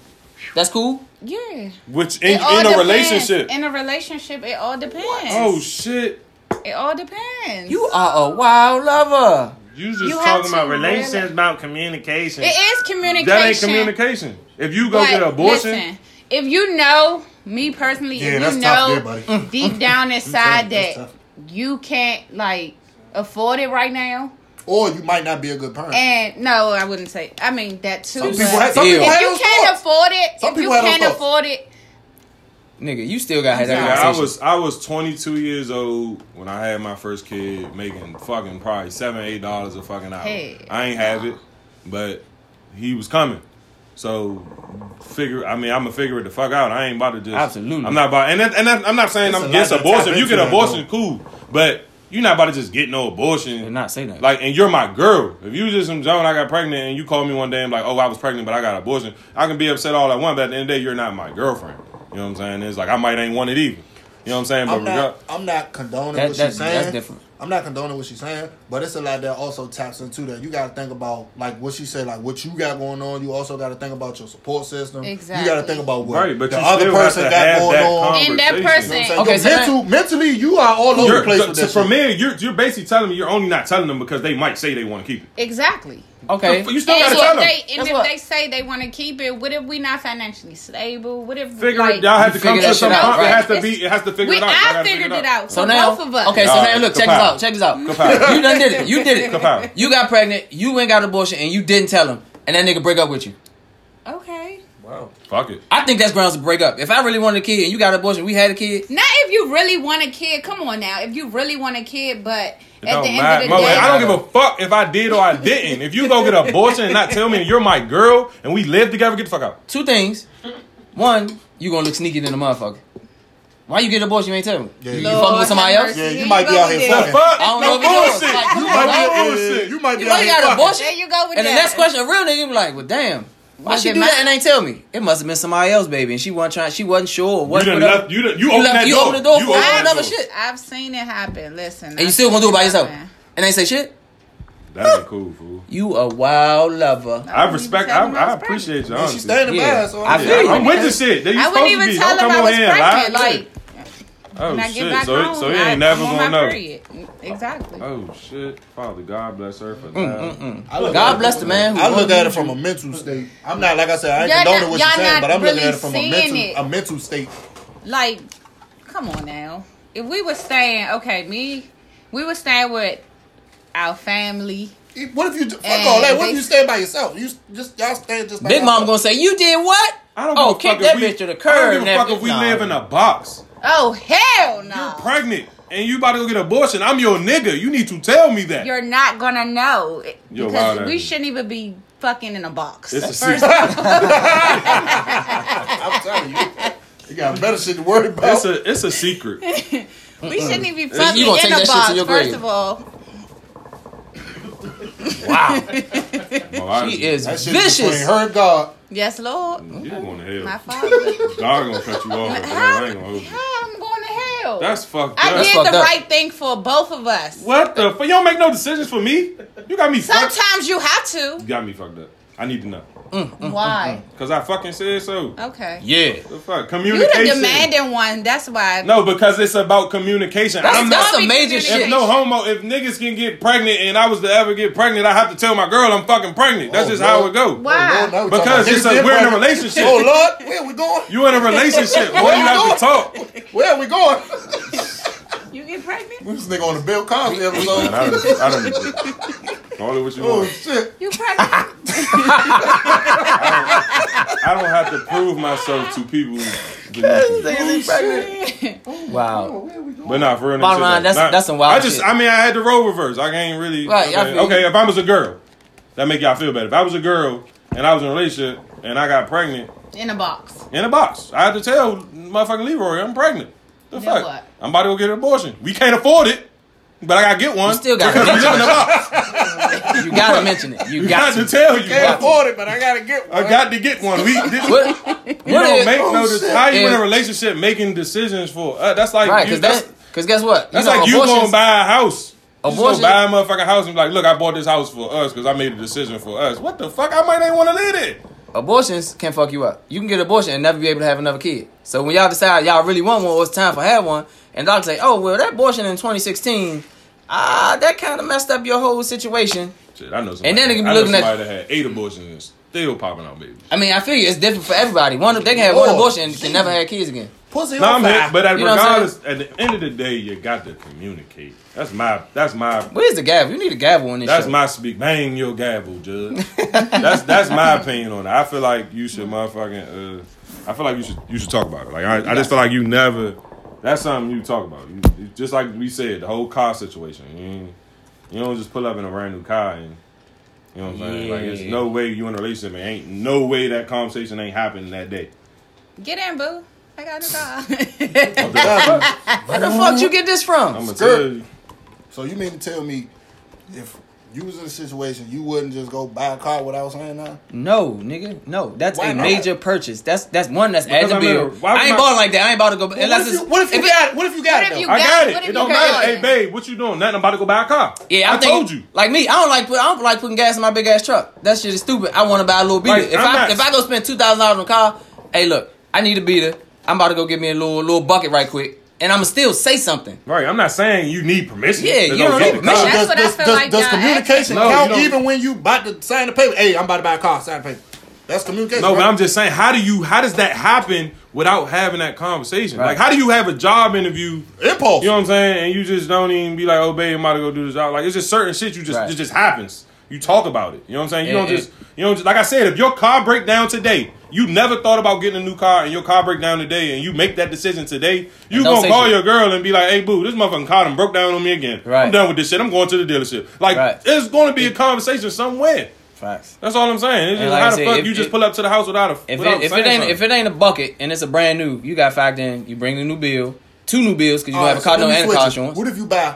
That's cool. Yeah. Which It in, all in a depends. relationship? In a relationship, it all depends. Oh shit! It all depends. You are a wild lover. You just You have talking about to really- relations, about communication. It is communication. That ain't communication. If you go But get an abortion, listen, if you know me personally, Yeah, if that's you tough there, know buddy. (laughs) (laughs) deep down That's tough. inside that you can't like afford it right now, Or you might not be a good parent. And no, I wouldn't say. I mean that too. some but people, had, some Ew. people had if you those can't thoughts. afford it, Some if you people had those can't thoughts. afford it, Nigga, you still got to have that Yeah, Yeah, I conversation. was I was 22 years old when I had my first kid, making fucking probably seven eight dollars a fucking hour. Hey. I ain't have it, but he was coming. So figure. I mean, I'm gonna figure it the fuck out. I ain't about to just. Absolutely. I'm not about. And that, and that, I'm not saying It's I'm a lot against to tap abortion. If you into get that, abortion, cool. But you're not about to just get no abortion. and not say that. Like, and you're my girl. If you just some John, I got pregnant, and you call me one day and be like, oh, I was pregnant, but I got abortion. I can be upset all I want, but at the end of the day, you're not my girlfriend. You know what I'm saying? It's like I might ain't want it either. You know what I'm saying? But I'm regard- not, I'm not condoning That- what that's- she's saying. that's different. I'm not condoning what she's saying, but it's a lot that also taps into that. You got to think about like what she said, like what you got going on. You also got to think about your support system. You got to Exactly. think about what Right, but the you other still person have to got have going that on. And that conversation. person- You know what Okay, I'm so saying? Your mental, mentally, you are all over the You're, place with so that. from shit. there, you're you're basically telling me you're only not telling them because they might say they want to keep it. exactly. okay. You still And gotta tell them. if they and Guess if what? they say they want to keep it, what if we not financially stable? What if Figure like, it. Y'all have to You come to figure that some. shit out, con- It right? has to It's- be. It has to figure we, it out. Y'all I gotta figure figured it out. So for now, both of us. okay. So All now, right, look, check this kapow. out. Check this out. Kapow. (laughs) You done did it. You (laughs) did it. Kapow. You got pregnant. You went got abortion, and you didn't tell him. And that nigga break up with you. Okay. Fuck it. I think that's grounds to break up. If I really wanted a kid and you got abortion, we had a kid. Not if you really want a kid. Come on now. If you really want a kid, but It at don't the end matter. of the Mo, day, I don't give a fuck if I did or I didn't. If you go get an abortion and not tell me you're my girl and we live together, get the fuck out. Two things. One, you gonna look sneaky than a motherfucker. Why you get abortion? You ain't tell me. Yeah, you you- fucking with somebody have else? mercy. Yeah, you Here might go be out with here that. fucking. Fuck. I don't no know if you know it. bullshit. Like, You you might know, be bullshit. yeah, You might be You out know you here got fucking. abortion. There you go with And the that. next question, a real nigga be like, "Well, damn, why Was she it do that mine? and ain't tell me? It must have been somebody else, baby, and she wasn't trying. She wasn't sure. You Or what, done whatever. left. You done, you opened left- that you door. opened the door for opened all that another door. shit. I've seen it happen. Listen, and you still gonna do it by yourself, Man. and they say shit. That ain't cool, fool. You a wild lover. I respect. I, I appreciate you. And She's Honestly. standing by Yeah. us. so I I'm- feel you. I'm with the shit. They I supposed wouldn't to even be. tell Don't him come I on was here and lie. pregnant. Like oh when I get back shit. So, home, it, so he I, ain't never I'm on gonna my know. period. Exactly. Oh shit, Father God bless her for that. I look at God it- bless the man who. I look wants at it you. from a mental state. I'm not like I said. I ain't Y'all condoning not- what y'all she's saying, not but I'm looking really at it from a seeing mental, it. a mental state. Like, come on now. If we were staying, okay, me, we were staying with our family. What if you fuck And all that? What if they- you stand by yourself? You s- just y'all stand just. By Big yourself. mom gonna say, "You did what? I don't oh, give a fuck kick if that we- bitch to the I curb. don't give a that fuck bitch. if we Nah. live in a box. Oh hell You're no! pregnant and you about to go get abortion. I'm your nigga. You need to tell me that. You're not gonna know You're because wild at we me. shouldn't even be fucking in a box. it's a First- six. I'm telling you, (laughs) you got better shit to worry about. It's a it's a (laughs) secret. we shouldn't even be fucking You gonna in take that a shit to box. your First grave. of all, Wow, Oh, I- she is that shit is between vicious. her and God. Oh, yes, Lord, You going to my hell? father. God gonna cut you (laughs) off. man. How, I ain't gonna hold you. how I'm going to hell? That's fucked I up. did fucked the up. right thing for both of us. What the fuck? You don't make no decisions for me. You got me fucked. Sometimes you have to. Mm, You got me fucked up. I need to know Why? because I fucking said so. Okay. Yeah, The fuck Oh. You communication. the demanding one. That's why. No, because it's about communication. that's, I'm that's not. be a major communicating. If shit. no homo, if niggas can get pregnant and I was to ever get pregnant, I have to tell my girl I'm fucking pregnant. That's Oh, just Lord. how it go. Why? Lord, now we Because talking about- it's a- we're in a relationship. Oh Lord, where we going? You in a relationship, boy. You have to talk. Where we going? (laughs) You get pregnant? We was nigga on the Bill Cosby episode. I don't. I don't. Call it what you oh want. shit! (laughs) You pregnant? I don't have to prove myself to people. beneath me. Wow, But nah, for real. nigga, shit, Bottom line, like, that's- nah, that's some wild I just, shit. I mean, I had the role reverse. I ain't really. Right, I okay, feel you. okay, if I was a girl, that make y'all feel better. If I was a girl and I was in a relationship and I got pregnant In a box. in a box, I had to tell motherfucking Leroy I'm pregnant. The Then fuck? what? I'm about to go get an abortion. We can't afford it, but I gotta get one. You still gotta because we live in a box. you gotta mention it. You We got (laughs) got to to. tell you. Can't afford it, but I gotta get one. I got to get one. (laughs) We this, you What? don't what if- make oh, no. shit. Dec- how you in Yeah. a relationship making decisions for? Uh, that's like Right, you, because that's because guess what? You That's know, like you abortions- going to buy a house. You just Abortion- gonna buy a motherfucking house and be like, look, I bought this house for us because I made a decision for us. What the fuck? I might ain't want to live it. abortions can fuck you up. You can get an abortion and never be able to have another kid. So when y'all decide y'all really want one or it's time for have one, and doctor say, oh well, that abortion in 2016, ah, that kind of messed up your whole situation. Shit, I know somebody. And then they can be I know looking at- somebody that had eight abortions and still popping out babies. I mean, I feel you. It's different for everybody. One, they can have Oh, one abortion and can never have kids again. Pussy No, on fire. man, but at, You know what I'm regardless, at the end of the day, you got to communicate. That's my. That's my. Where's the gavel? You need a gavel on this That's show. my speak. Bang your gavel, Judge. that's that's my opinion on it. I feel like you should motherfucking. Uh, I feel like you should you should talk about it. Like I, I just feel like you never. That's something you talk about. You, you- just like we said, the whole car situation. You, ain't- you don't just pull up in a brand new car and. You know what I'm saying? Like, there's Yeah. no way you in a relationship. and Ain't no way that conversation ain't happening that day. Get in, boo. I got a car. (laughs) Where the fuck you get this I'm from? gonna tell you. So you mean to tell me if you was in a situation you wouldn't just go buy a car without saying nothing? No, nigga, no. That's Why a not? major purchase. That's that's one that's adding I'm bill. in a- why I ain't would my- balling like that. I ain't about to go. What Unless if, you, it's, what if you got it? What if you got What it? if though? you- I got got it. it. What if It don't you got matter. it? Hey, babe, what you doing? Nothing. I'm about to go buy a car. yeah, I I'm thinking, told you. Like me, I don't like put, I don't like putting gas in my big ass truck. That shit is stupid. I want to buy a little beater. Like, if I'm I not- if I go spend two thousand dollars on a car, hey, look, I need a beater. I'm about to go get me a little little bucket right quick, and I'ma still say something. Right. I'm not saying you need permission. Yeah, to you go don't get need the car. permission. That's does, what I does, feel does, like does y'all communication asking. No, count you don't. even when you about to sign the paper? Hey, I'm about to buy a car. Sign the paper. That's communication. No, but right? I'm just saying, how do you? How does that happen without having that conversation? Right. Like, how do you have a job interview? impulse. You know what I'm saying? And you just don't even be like, "Oh, babe, I'm about to go do this job." Like, it's just certain shit. You just Right. it just happens. You talk about it. You know what I'm saying? You And- don't just you don't just like I said. If your car break down today, you never thought about getting a new car, and your car break down today, and you make that decision today, you don't gonna say call shit. your girl and be like, "Hey, boo, this motherfucking car done broke down on me again. Right. I'm done with this shit. I'm going to the dealership." Like, Right. it's going to be a conversation somewhere. Facts. That's all I'm saying. It's just And like I how the said, fuck if you it- just pull up to the house without a If without it, if saying it ain't something. if it ain't a bucket and it's a brand new, you got fact in. You bring the new bill, two new bills because you All don't have right, a car so let note me and a switch car it. insurance. What if you buy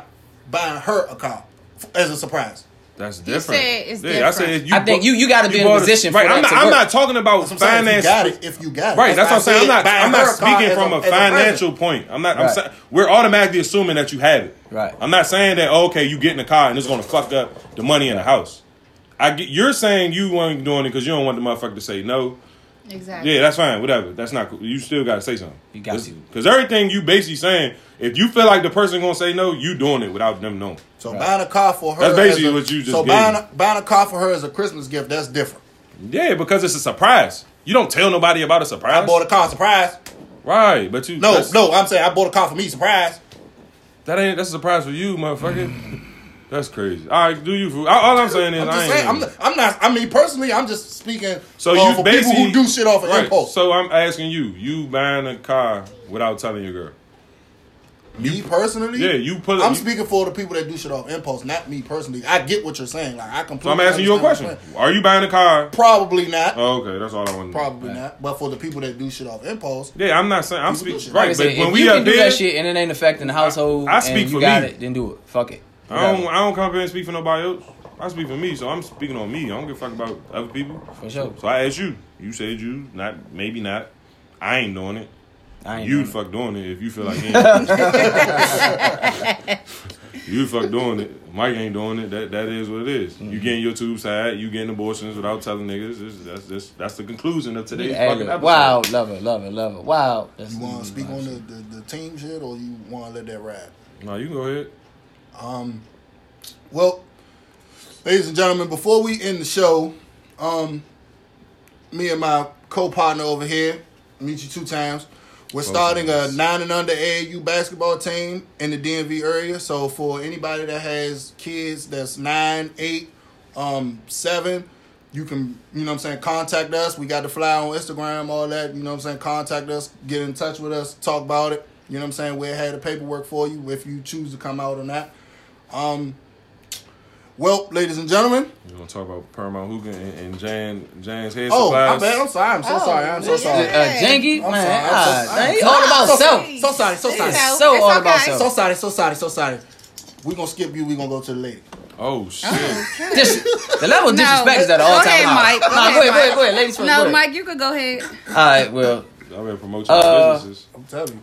buying her a car f- as a surprise? that's different. different. said it's yeah, I different. said it's- you I think bought- you- you gotta be in a bought position for right. that I'm not. to I'm work. not talking about That's what I'm saying. If finance. you got it, if you got it, Right, that's what I'm why I saying. I'm said not. buying I'm her not a car speaking as from a as present. financial point. I'm not. I'm Right. saying we're automatically assuming that you have it. Right. I'm not saying that. Oh, okay, you get in the car and it's going to fuck up the money in the house. I get, you're saying you ain't doing it because you don't want the motherfucker to say no. (laughs) exactly. Yeah, that's fine. Whatever. That's not cool. You still gotta say something. You got to. Because everything you basically saying, if you feel like the person gonna say no, you doing it without them knowing. So buying a car for her. That's basically as a, what you just So gave buying me. a, buying a car for her as a Christmas gift. That's different. Yeah, because it's a surprise. You don't tell nobody about a surprise. I bought a car surprise. Right, but you No, that's- no, I'm saying I bought a car for me surprise. That ain't that's a surprise for you, motherfucker. (laughs) that's crazy. All right, do you? fool. All, all I'm saying is I'm I just ain't. saying. I'm, I'm not. I mean, personally, I'm just speaking. so uh, you for people basically who do shit off of right, impulse. So I'm asking you, you buying a car without telling your girl? me personally, Yeah, you put- I'm you- speaking for the people that do shit off impulse, not me personally. I get what you're saying. Like I So completely. I'm asking you a understand question. what you're saying. Are you buying a car? Probably not. Oh, okay, that's all I want. Probably not. But for the people that do shit off impulse, Yeah, I'm not saying I'm People do speaking shit. Like I right, said, but when if we you up can do there, that shit and it ain't affecting the household, I speak and you for got me. it, then do it. Fuck it. I don't, Whatever. I don't come up here and speak for nobody else. I speak for me, so I'm speaking on me. I don't give a fuck about other people. For sure. So I asked you. You said you not, maybe not. I ain't doing it. I ain't you doing the it. fuck doing it if you (laughs) feel like you ain't. you the fuck doing it. Mike ain't doing it. That that is what it is. Mm-hmm. You getting your tubes tied. You getting abortions without telling niggas. It's- that's that's that's the conclusion of today's Hey, fucking look, episode. wow, love it, love it, love it. Wow. That's- you want to speak on the, the the team shit, or you want to let that ride? No, you can go ahead. Well, ladies and gentlemen, before we end the show, um, me and my co-partner over here, meet you two times. We're starting a nine and under AAU basketball team in the DMV area. So for anybody that has kids that's nine, eight, um, seven, you can you know what I'm saying contact us. We got the flyer on Instagram, all that. You know what I'm saying contact us, get in touch with us, talk about it. You know what I'm saying. We'll have the paperwork for you if you choose to come out or not. Um, Well, ladies and gentlemen. You want to talk about Paramount Hookah and, and Jan Jan's head Oh, supplies? my bad. I'm sorry. I'm so Oh, sorry. I'm so sorry. yeah. Uh, Janky, I'm sorry, man, I'm ah, so- dang, I'm he all about (laughs) so- self. So sorry. So sorry. It's so all about self. So sorry. So sorry. So sorry. We're going to skip you. We're going to go to the lady. Oh shit. Dis- the level of No. disrespect is at an Go all time ahead, high. Mike. Go Nah, ahead, go ahead, go Mike. ahead, go ahead. Ladies first. go No, ahead. Mike, you could go ahead. All right, well, Y'all better promote your Uh, businesses. I'm telling you.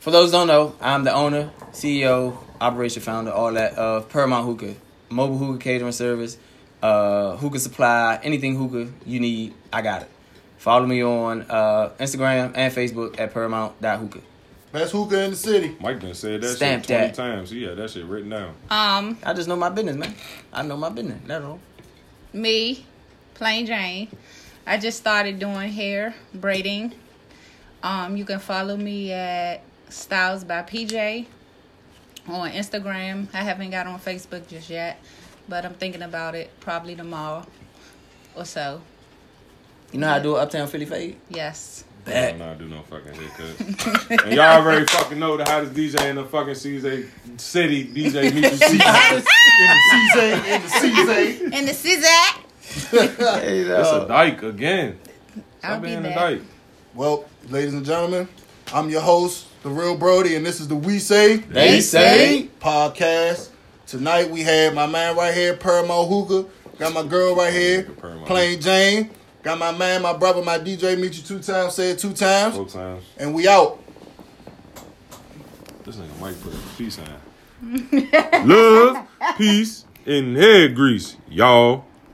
for those who don't know, I'm the owner, CEO, operation founder, all that of Paramount Hookah, mobile hookah catering service, uh, hookah supply, anything hookah you need, I got it. Follow me on uh, Instagram and Facebook at paramount.hookah. Best hookah in the city. Mike done said that Stamp shit 20 that. times. He had that shit written down. Um, I just know my business, man. I know my business. That's all. me, Plain Jane. I just started doing hair braiding. Um, you can follow me at Styles by PJ on Instagram. I haven't got on Facebook just yet, but I'm thinking about it probably tomorrow or so. You know how I do an uptown Philly fade? (laughs) Yes. Bet. I'm not do no fucking haircut. (laughs) and y'all already fucking know the hottest DJ in the fucking CZ city, DJ Meet It's CZ in the CZ. And this is that. Hey, a dyke again. I'll Stop be being a back. dyke. Well, ladies and gentlemen, I'm your host, the real Brody, and this is the We Say They say. podcast. Tonight we had my man right here, Permo Hookah. Got my girl right here, Permo. Plain Jane. Got my man, my brother, my DJ. Meet you two times. Say it two times, Both times. and we out. This nigga Mike put a (laughs) peace sign. Love, peace, and hair grease, y'all.